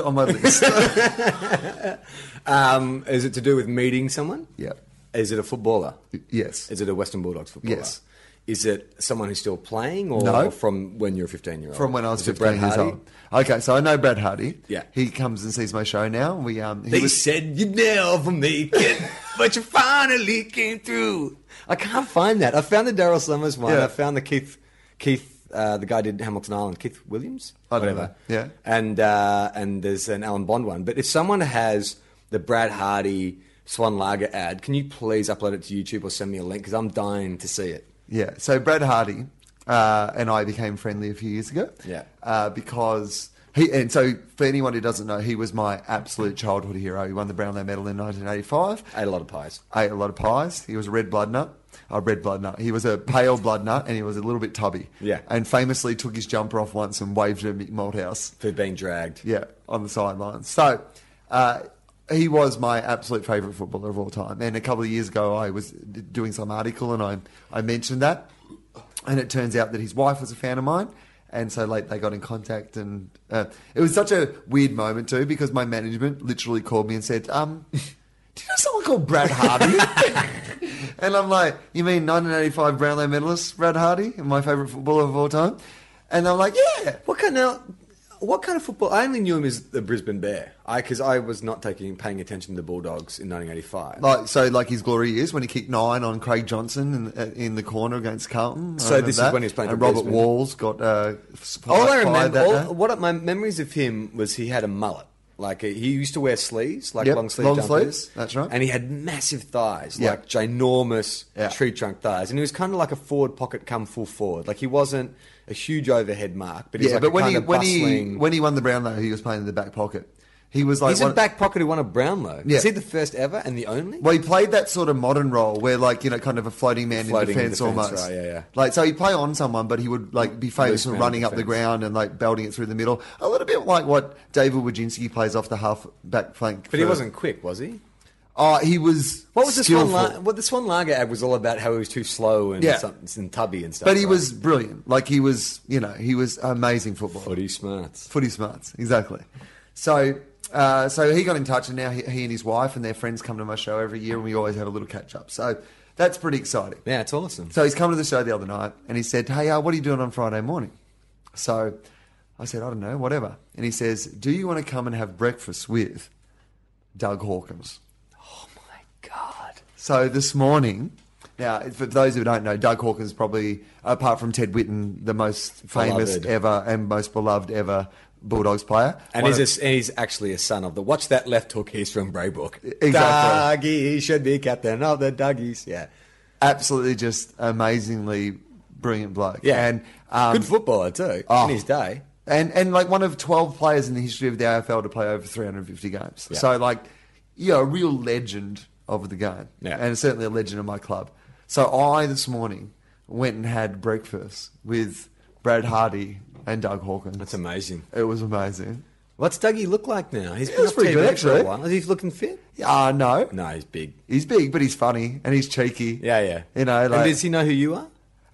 Speaker 2: on my list.
Speaker 1: Um, is it to do with meeting someone?
Speaker 2: yeah.
Speaker 1: Is it a footballer?
Speaker 2: Yes.
Speaker 1: Is it a Western Bulldogs footballer?
Speaker 2: Yes.
Speaker 1: Is it someone who's still playing or
Speaker 2: No.
Speaker 1: from when you're a 15 year old?
Speaker 2: From when I was
Speaker 1: Is it
Speaker 2: 15 years
Speaker 1: Hardy?
Speaker 2: old. Okay, so I know Brad Hardy.
Speaker 1: Yeah.
Speaker 2: He comes and sees my show now. We, um, he
Speaker 1: They
Speaker 2: was-
Speaker 1: said you'd never make it, but you finally came through. I can't find that. I found the Daryl Summers one.
Speaker 2: Yeah.
Speaker 1: I found the Keith, Keith, uh, the guy did Hamilton Island, Keith Williams,
Speaker 2: I don't know. Yeah.
Speaker 1: And uh, and there's an Alan Bond one. But if someone has the Brad Hardy Swan Lager ad, can you please upload it to YouTube or send me a link because I'm dying to see it.
Speaker 2: Yeah. So Brad Hardy uh, and I became friendly a few years ago.
Speaker 1: Yeah.
Speaker 2: Uh, because he and so for anyone who doesn't know, he was my absolute childhood hero. He won the Brownlow Medal in 1985.
Speaker 1: I ate a lot of pies.
Speaker 2: Ate a lot of pies. He was a red blood nut. A red blood nut. He was a pale blood nut, and he was a little bit tubby.
Speaker 1: Yeah.
Speaker 2: And famously took his jumper off once and waved at Mick Malthouse.
Speaker 1: For being dragged.
Speaker 2: Yeah, on the sidelines. So uh, he was my absolute favourite footballer of all time. And a couple of years ago, I was d- doing some article and I, I mentioned that. And it turns out that his wife was a fan of mine. And so late they got in contact, and uh, it was such a weird moment too because my management literally called me and said, um, "Do you know someone called Brad Hardy?" and I'm like, "You mean 1985 Brownlow medalist Brad Hardy, my favorite footballer of all time?" And I'm like, "Yeah,
Speaker 1: What kind now? What kind of football? I only knew him as the Brisbane Bear. I because I was not taking paying attention to the Bulldogs in 1985.
Speaker 2: Like so, like his glory years when he kicked nine on Craig Johnson in, uh, in the corner against Carlton. I
Speaker 1: So
Speaker 2: remember
Speaker 1: this is
Speaker 2: that.
Speaker 1: when he was playing
Speaker 2: And
Speaker 1: for
Speaker 2: Robert
Speaker 1: Brisbane.
Speaker 2: Walls got uh, f-
Speaker 1: all I
Speaker 2: fired
Speaker 1: remember,
Speaker 2: that
Speaker 1: all,
Speaker 2: day.
Speaker 1: what my memories of him was he had a mullet. Like uh, he used to wear sleeves, like
Speaker 2: Yep,
Speaker 1: long sleeve
Speaker 2: long
Speaker 1: jumpers.
Speaker 2: sleeves, that's right.
Speaker 1: And he had massive thighs,
Speaker 2: Yeah.
Speaker 1: like ginormous
Speaker 2: Yeah.
Speaker 1: tree trunk thighs. And he was kind of like a forward pocket come full forward. Like he wasn't a huge overhead mark, but he was
Speaker 2: yeah,
Speaker 1: like
Speaker 2: but
Speaker 1: a
Speaker 2: when
Speaker 1: kind
Speaker 2: he
Speaker 1: of
Speaker 2: when
Speaker 1: bustling.
Speaker 2: he when he won the Brownlow, he was playing in the back pocket. He was like
Speaker 1: he's
Speaker 2: one-
Speaker 1: a back pocket who won a Brownlow.
Speaker 2: Yeah.
Speaker 1: Is he the first ever and the only?
Speaker 2: Well, he played that sort of modern role where, like, you know, kind of a floating man
Speaker 1: Floating
Speaker 2: in
Speaker 1: in
Speaker 2: defence
Speaker 1: defence,
Speaker 2: almost.
Speaker 1: right, yeah, yeah.
Speaker 2: Like, so he'd play on someone, but he would, like, be famous
Speaker 1: Loose
Speaker 2: for
Speaker 1: man
Speaker 2: running up the
Speaker 1: defence.
Speaker 2: ground and, like, belting it through the middle. A little bit like what David Wojcinski plays off the half back flank.
Speaker 1: but he
Speaker 2: for-
Speaker 1: wasn't quick, was he?
Speaker 2: Oh, he was.
Speaker 1: What was this
Speaker 2: skillful.
Speaker 1: one? La- well, this one Lager ad was all about how he was too slow and
Speaker 2: Yeah.
Speaker 1: something and tubby and stuff.
Speaker 2: But he
Speaker 1: right?
Speaker 2: was brilliant. Like he was, you know, he was amazing football. Footy,
Speaker 1: footy smarts.
Speaker 2: smarts, exactly. So, uh, so he got in touch, and now he, he and his wife and their friends come to my show every year, and we always have a little catch up. So that's pretty exciting.
Speaker 1: Yeah, it's awesome.
Speaker 2: So he's come to the show the other night, and he said, "Hey, uh, what are you doing on Friday morning?" So I said, "I don't know, whatever." And he says, "Do you want to come and have breakfast with Doug Hawkins?"
Speaker 1: Oh My God.
Speaker 2: So this morning, now for those who don't know, Doug Hawkins is probably, apart from Ted Whitten, the most famous
Speaker 1: Beloved.
Speaker 2: ever and most beloved ever Bulldogs player.
Speaker 1: And
Speaker 2: One
Speaker 1: he's, a
Speaker 2: of-
Speaker 1: s and he's actually a son of the. Watch that left hook. He's from Braybrook.
Speaker 2: Exactly.
Speaker 1: Dougie he should be captain of the Dougies. Yeah.
Speaker 2: absolutely just amazingly brilliant bloke.
Speaker 1: Yeah.
Speaker 2: and um,
Speaker 1: Good footballer too
Speaker 2: oh,
Speaker 1: in his day.
Speaker 2: and and like one of twelve players in the history of the AFL to play over 350 games.
Speaker 1: Yeah.
Speaker 2: So like, you know, a real legend of the game,
Speaker 1: Yeah.
Speaker 2: and certainly a legend of my club. So I this morning went and had breakfast with Brad Hardy and Doug Hawkins.
Speaker 1: That's amazing.
Speaker 2: It was amazing.
Speaker 1: What's Dougie look like now? He's been
Speaker 2: looks
Speaker 1: off
Speaker 2: pretty
Speaker 1: TV
Speaker 2: good,
Speaker 1: for a
Speaker 2: actually.
Speaker 1: while. Is he looking fit?
Speaker 2: Uh, no,
Speaker 1: No, he's big.
Speaker 2: he's big, but he's funny and he's cheeky.
Speaker 1: Yeah, yeah.
Speaker 2: You know,
Speaker 1: and
Speaker 2: like-
Speaker 1: does he know who you are?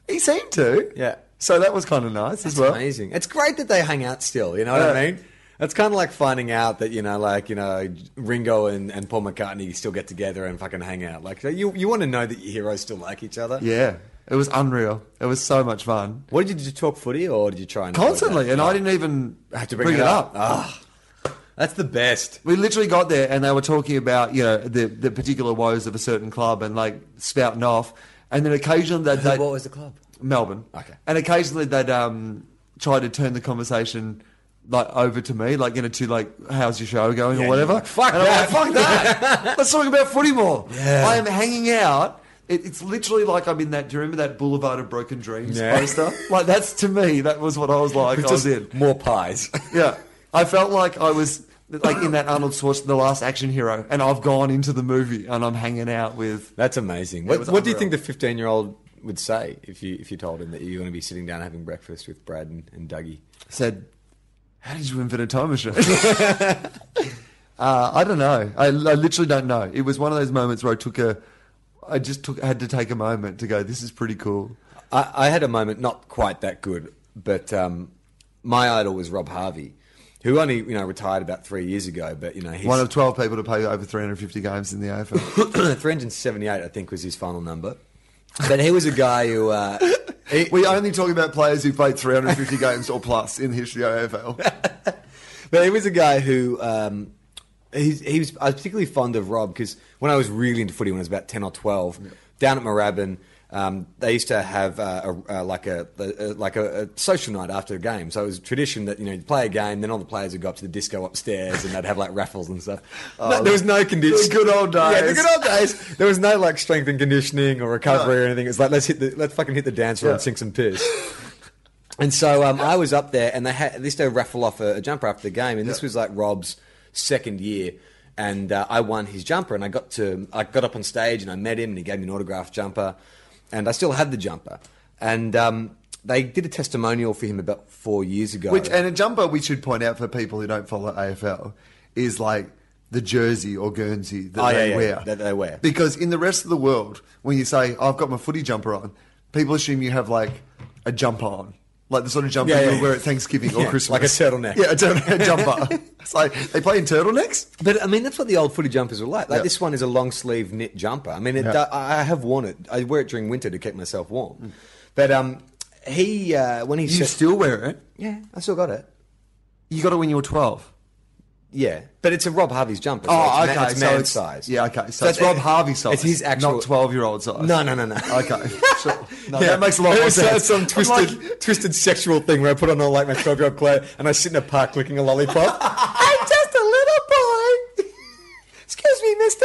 Speaker 2: He seemed to.
Speaker 1: Yeah.
Speaker 2: So that was kind of nice as
Speaker 1: That's
Speaker 2: well.
Speaker 1: amazing. It's great that they hang out still. You know what I
Speaker 2: Yeah.
Speaker 1: mean? It's kind of like finding out that you know, like you know, Ringo and, and Paul McCartney still get together and fucking hang out. Like you, you want to know that your heroes still like each other.
Speaker 2: Yeah. It was unreal. It was so much fun.
Speaker 1: What did you, did you talk footy or did you try and
Speaker 2: Constantly.
Speaker 1: avoid
Speaker 2: And
Speaker 1: that?
Speaker 2: I didn't even
Speaker 1: have to bring, it, up. Ah, that's the best.
Speaker 2: We literally got there and they were talking about, you know, the, the particular woes of a certain club and like spouting off. And then occasionally they'd. they'd-
Speaker 1: what was the club?
Speaker 2: Melbourne.
Speaker 1: Okay.
Speaker 2: And occasionally they'd um, try to turn the conversation like over to me, like, you know, to like, how's your show going
Speaker 1: Yeah,
Speaker 2: or whatever.
Speaker 1: you're like, "Fuck
Speaker 2: And I'm
Speaker 1: that."
Speaker 2: like, fuck that. Let's talk about footy more.
Speaker 1: Yeah.
Speaker 2: I am hanging out. It, it's literally like I'm in that, do you remember that Boulevard of Broken Dreams
Speaker 1: Yeah.
Speaker 2: poster? Like, that's to me, that was what I was like. I was
Speaker 1: Just
Speaker 2: in.
Speaker 1: more pies.
Speaker 2: Yeah. I felt like I was like in that Arnold Schwarzenegger, the last action hero, and I've gone into the movie and I'm hanging out with.
Speaker 1: That's amazing.
Speaker 2: was
Speaker 1: What, what do you think
Speaker 2: unreal.
Speaker 1: the fifteen-year-old would say if you if you told him that you're going to be sitting down having breakfast with Brad and, and Dougie?
Speaker 2: said, "How did you invent a time machine?" uh, I don't know. I, I literally don't know. It was one of those moments where I took a, I just took had to take a moment to go. This is pretty cool.
Speaker 1: I, I had a moment not quite that good, but um, my idol was Rob Harvey, who only you know retired about three years ago. But you know he's
Speaker 2: One of twelve people to play over 350 games in the AFL.
Speaker 1: 378, I think, was his final number. But he was a guy who uh, he-
Speaker 2: we only talk about players who played 350 games or plus in the history of AFL.
Speaker 1: But he was a guy who um, he, he was. I was particularly fond of Rob because when I was really into footy, when I was about ten or twelve, down at Moorabbin, um, they used to have uh, a, uh like a, a like a, a social night after a game. So it was a tradition that you know you'd play a game, then all the players would go up to the disco upstairs and they'd have like raffles and stuff. No, there was no condition.
Speaker 2: Oh, the good old
Speaker 1: Yeah, the
Speaker 2: days.
Speaker 1: good old days. There was no like strength and conditioning or recovery or anything. It's like let's hit the let's fucking hit the dance floor and
Speaker 2: Yeah.
Speaker 1: sink some piss. And so um, I was up there, and they had they used to raffle off a, a jumper after the game, and this was like Rob's second year, and uh, I won his jumper, and I got to I got up on stage, and I met him, and he gave me an autographed jumper, and I still had the jumper, and um, they did a testimonial for him about four years ago,
Speaker 2: Which and a jumper we should point out for people who don't follow AFL is like the jersey or Guernsey that
Speaker 1: Oh, yeah,
Speaker 2: they
Speaker 1: yeah,
Speaker 2: wear.
Speaker 1: that they wear.
Speaker 2: Because in the rest of the world, when you say "Oh, I've got my footy jumper on, people assume you have like a jumper on. Like the sort of jumper
Speaker 1: Yeah,
Speaker 2: you
Speaker 1: yeah,
Speaker 2: would wear
Speaker 1: yeah.
Speaker 2: at Thanksgiving
Speaker 1: Yeah,
Speaker 2: or Christmas.
Speaker 1: like a turtleneck.
Speaker 2: Yeah, a turtleneck jumper. It's like they play in turtlenecks?
Speaker 1: But I mean, that's what the old footy jumpers were like. Like
Speaker 2: Yeah.
Speaker 1: this one is a long sleeve knit jumper. I mean, it, uh,
Speaker 2: Yeah. Mm.
Speaker 1: I I have worn it. I wear it during winter to keep myself warm. But um, he uh, when he
Speaker 2: You still wear it.
Speaker 1: yeah, I still got it.
Speaker 2: You got it when you were twelve.
Speaker 1: Yeah, but it's a Rob Harvey's jumper. so
Speaker 2: Oh,
Speaker 1: it's
Speaker 2: okay.
Speaker 1: Man, it's
Speaker 2: so
Speaker 1: man
Speaker 2: it's-
Speaker 1: size.
Speaker 2: Yeah, okay. So,
Speaker 1: So
Speaker 2: that's Rob Harvey size.
Speaker 1: It's his actual.
Speaker 2: not twelve-year-old size.
Speaker 1: No, no, no, no.
Speaker 2: Okay, sure. No, that makes a lot
Speaker 1: It
Speaker 2: more
Speaker 1: was
Speaker 2: sense.
Speaker 1: Some
Speaker 2: I'm like,
Speaker 1: twisted, twisted sexual thing where I put on all like my twelve-year-old clothes and I sit in a park licking a lollipop. I'm just a little boy. Excuse me, Mister.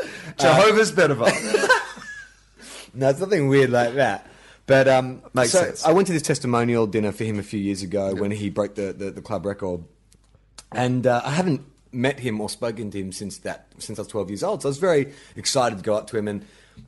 Speaker 2: uh, Jehovah's Benedict.
Speaker 1: No, it's nothing weird like that. But um,
Speaker 2: Makes
Speaker 1: so
Speaker 2: sense.
Speaker 1: I went to this testimonial dinner for him a few years ago when he broke the, the, the club record, and uh, I haven't met him or spoken to him since that since I was twelve years old. So I was very excited to go up to him, and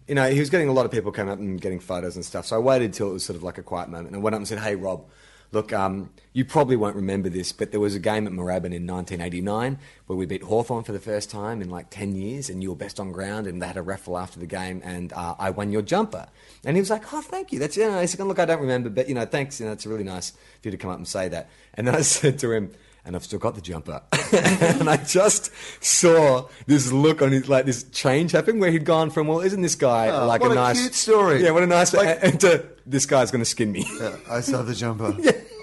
Speaker 1: you know he was getting a lot of people coming up and getting photos and stuff. So I waited till it was sort of like a quiet moment, and I went up and said, "Hey, Rob." Look, um, you probably won't remember this, but there was a game at Moorabbin in 1989 where we beat Hawthorn for the first time in like 10 years, and you were best on ground, and they had a raffle after the game, and uh, I won your jumper. And he was like, Oh, thank you. That's it. And I said, Look, I don't remember, but you know, thanks. You know, it's really nice for you to come up and say that. And then I said to him, and I've still got the jumper. and I just saw this look on his, like this change happen where he'd gone from, well, isn't this guy
Speaker 2: Oh,
Speaker 1: like
Speaker 2: what a
Speaker 1: nice
Speaker 2: cute story.
Speaker 1: Yeah, what a nice,
Speaker 2: Like-
Speaker 1: and to, this guy's going to skin me.
Speaker 2: Yeah, I saw the jumper.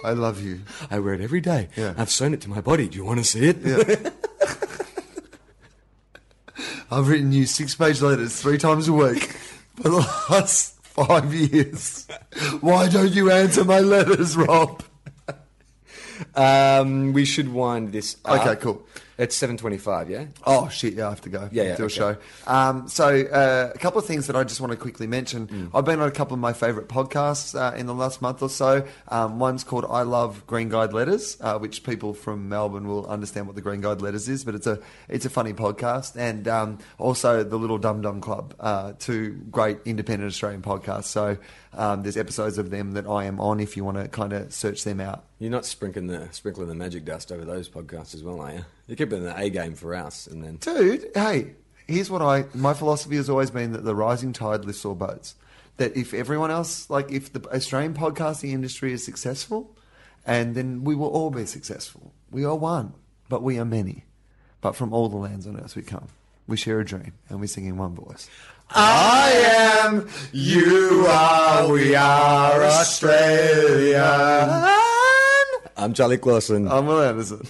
Speaker 2: I love you.
Speaker 1: I wear it every day.
Speaker 2: Yeah.
Speaker 1: I've sewn it to my body. Do you want to see it?
Speaker 2: I've written you six page letters three times a week for the last five years. Why don't you answer my letters, Rob?
Speaker 1: Um, we should wind this. Up.
Speaker 2: Okay, cool.
Speaker 1: It's seven twenty-five. Yeah.
Speaker 2: Oh shit! Yeah, I have to go.
Speaker 1: Yeah, yeah,
Speaker 2: do a
Speaker 1: okay.
Speaker 2: show. Um, so uh, a couple of things that I just want to quickly mention.
Speaker 1: Mm.
Speaker 2: I've been on a couple of my favorite podcasts uh, in the last month or so. Um, one's called "I Love Green Guide Letters," uh, which people from Melbourne will understand what the Green Guide Letters is, but it's a it's a funny podcast, and um, also the Little Dum Dum Club, uh, two great independent Australian podcasts. So um, there's episodes of them that I am on if you want to kind of search them out.
Speaker 1: You're not sprinkling the sprinkling the magic dust over those podcasts as well, are you? You're keeping the A game for us, and then
Speaker 2: dude hey here's what i my philosophy has always been that the rising tide lifts all boats that if everyone else like if the australian podcasting industry is successful and then we will all be successful we are one but we are many but from all the lands on earth we come we share a dream and we sing in one voice
Speaker 1: I am, you are, we are Australian. I'm Charlie Clausen.
Speaker 2: i'm will anderson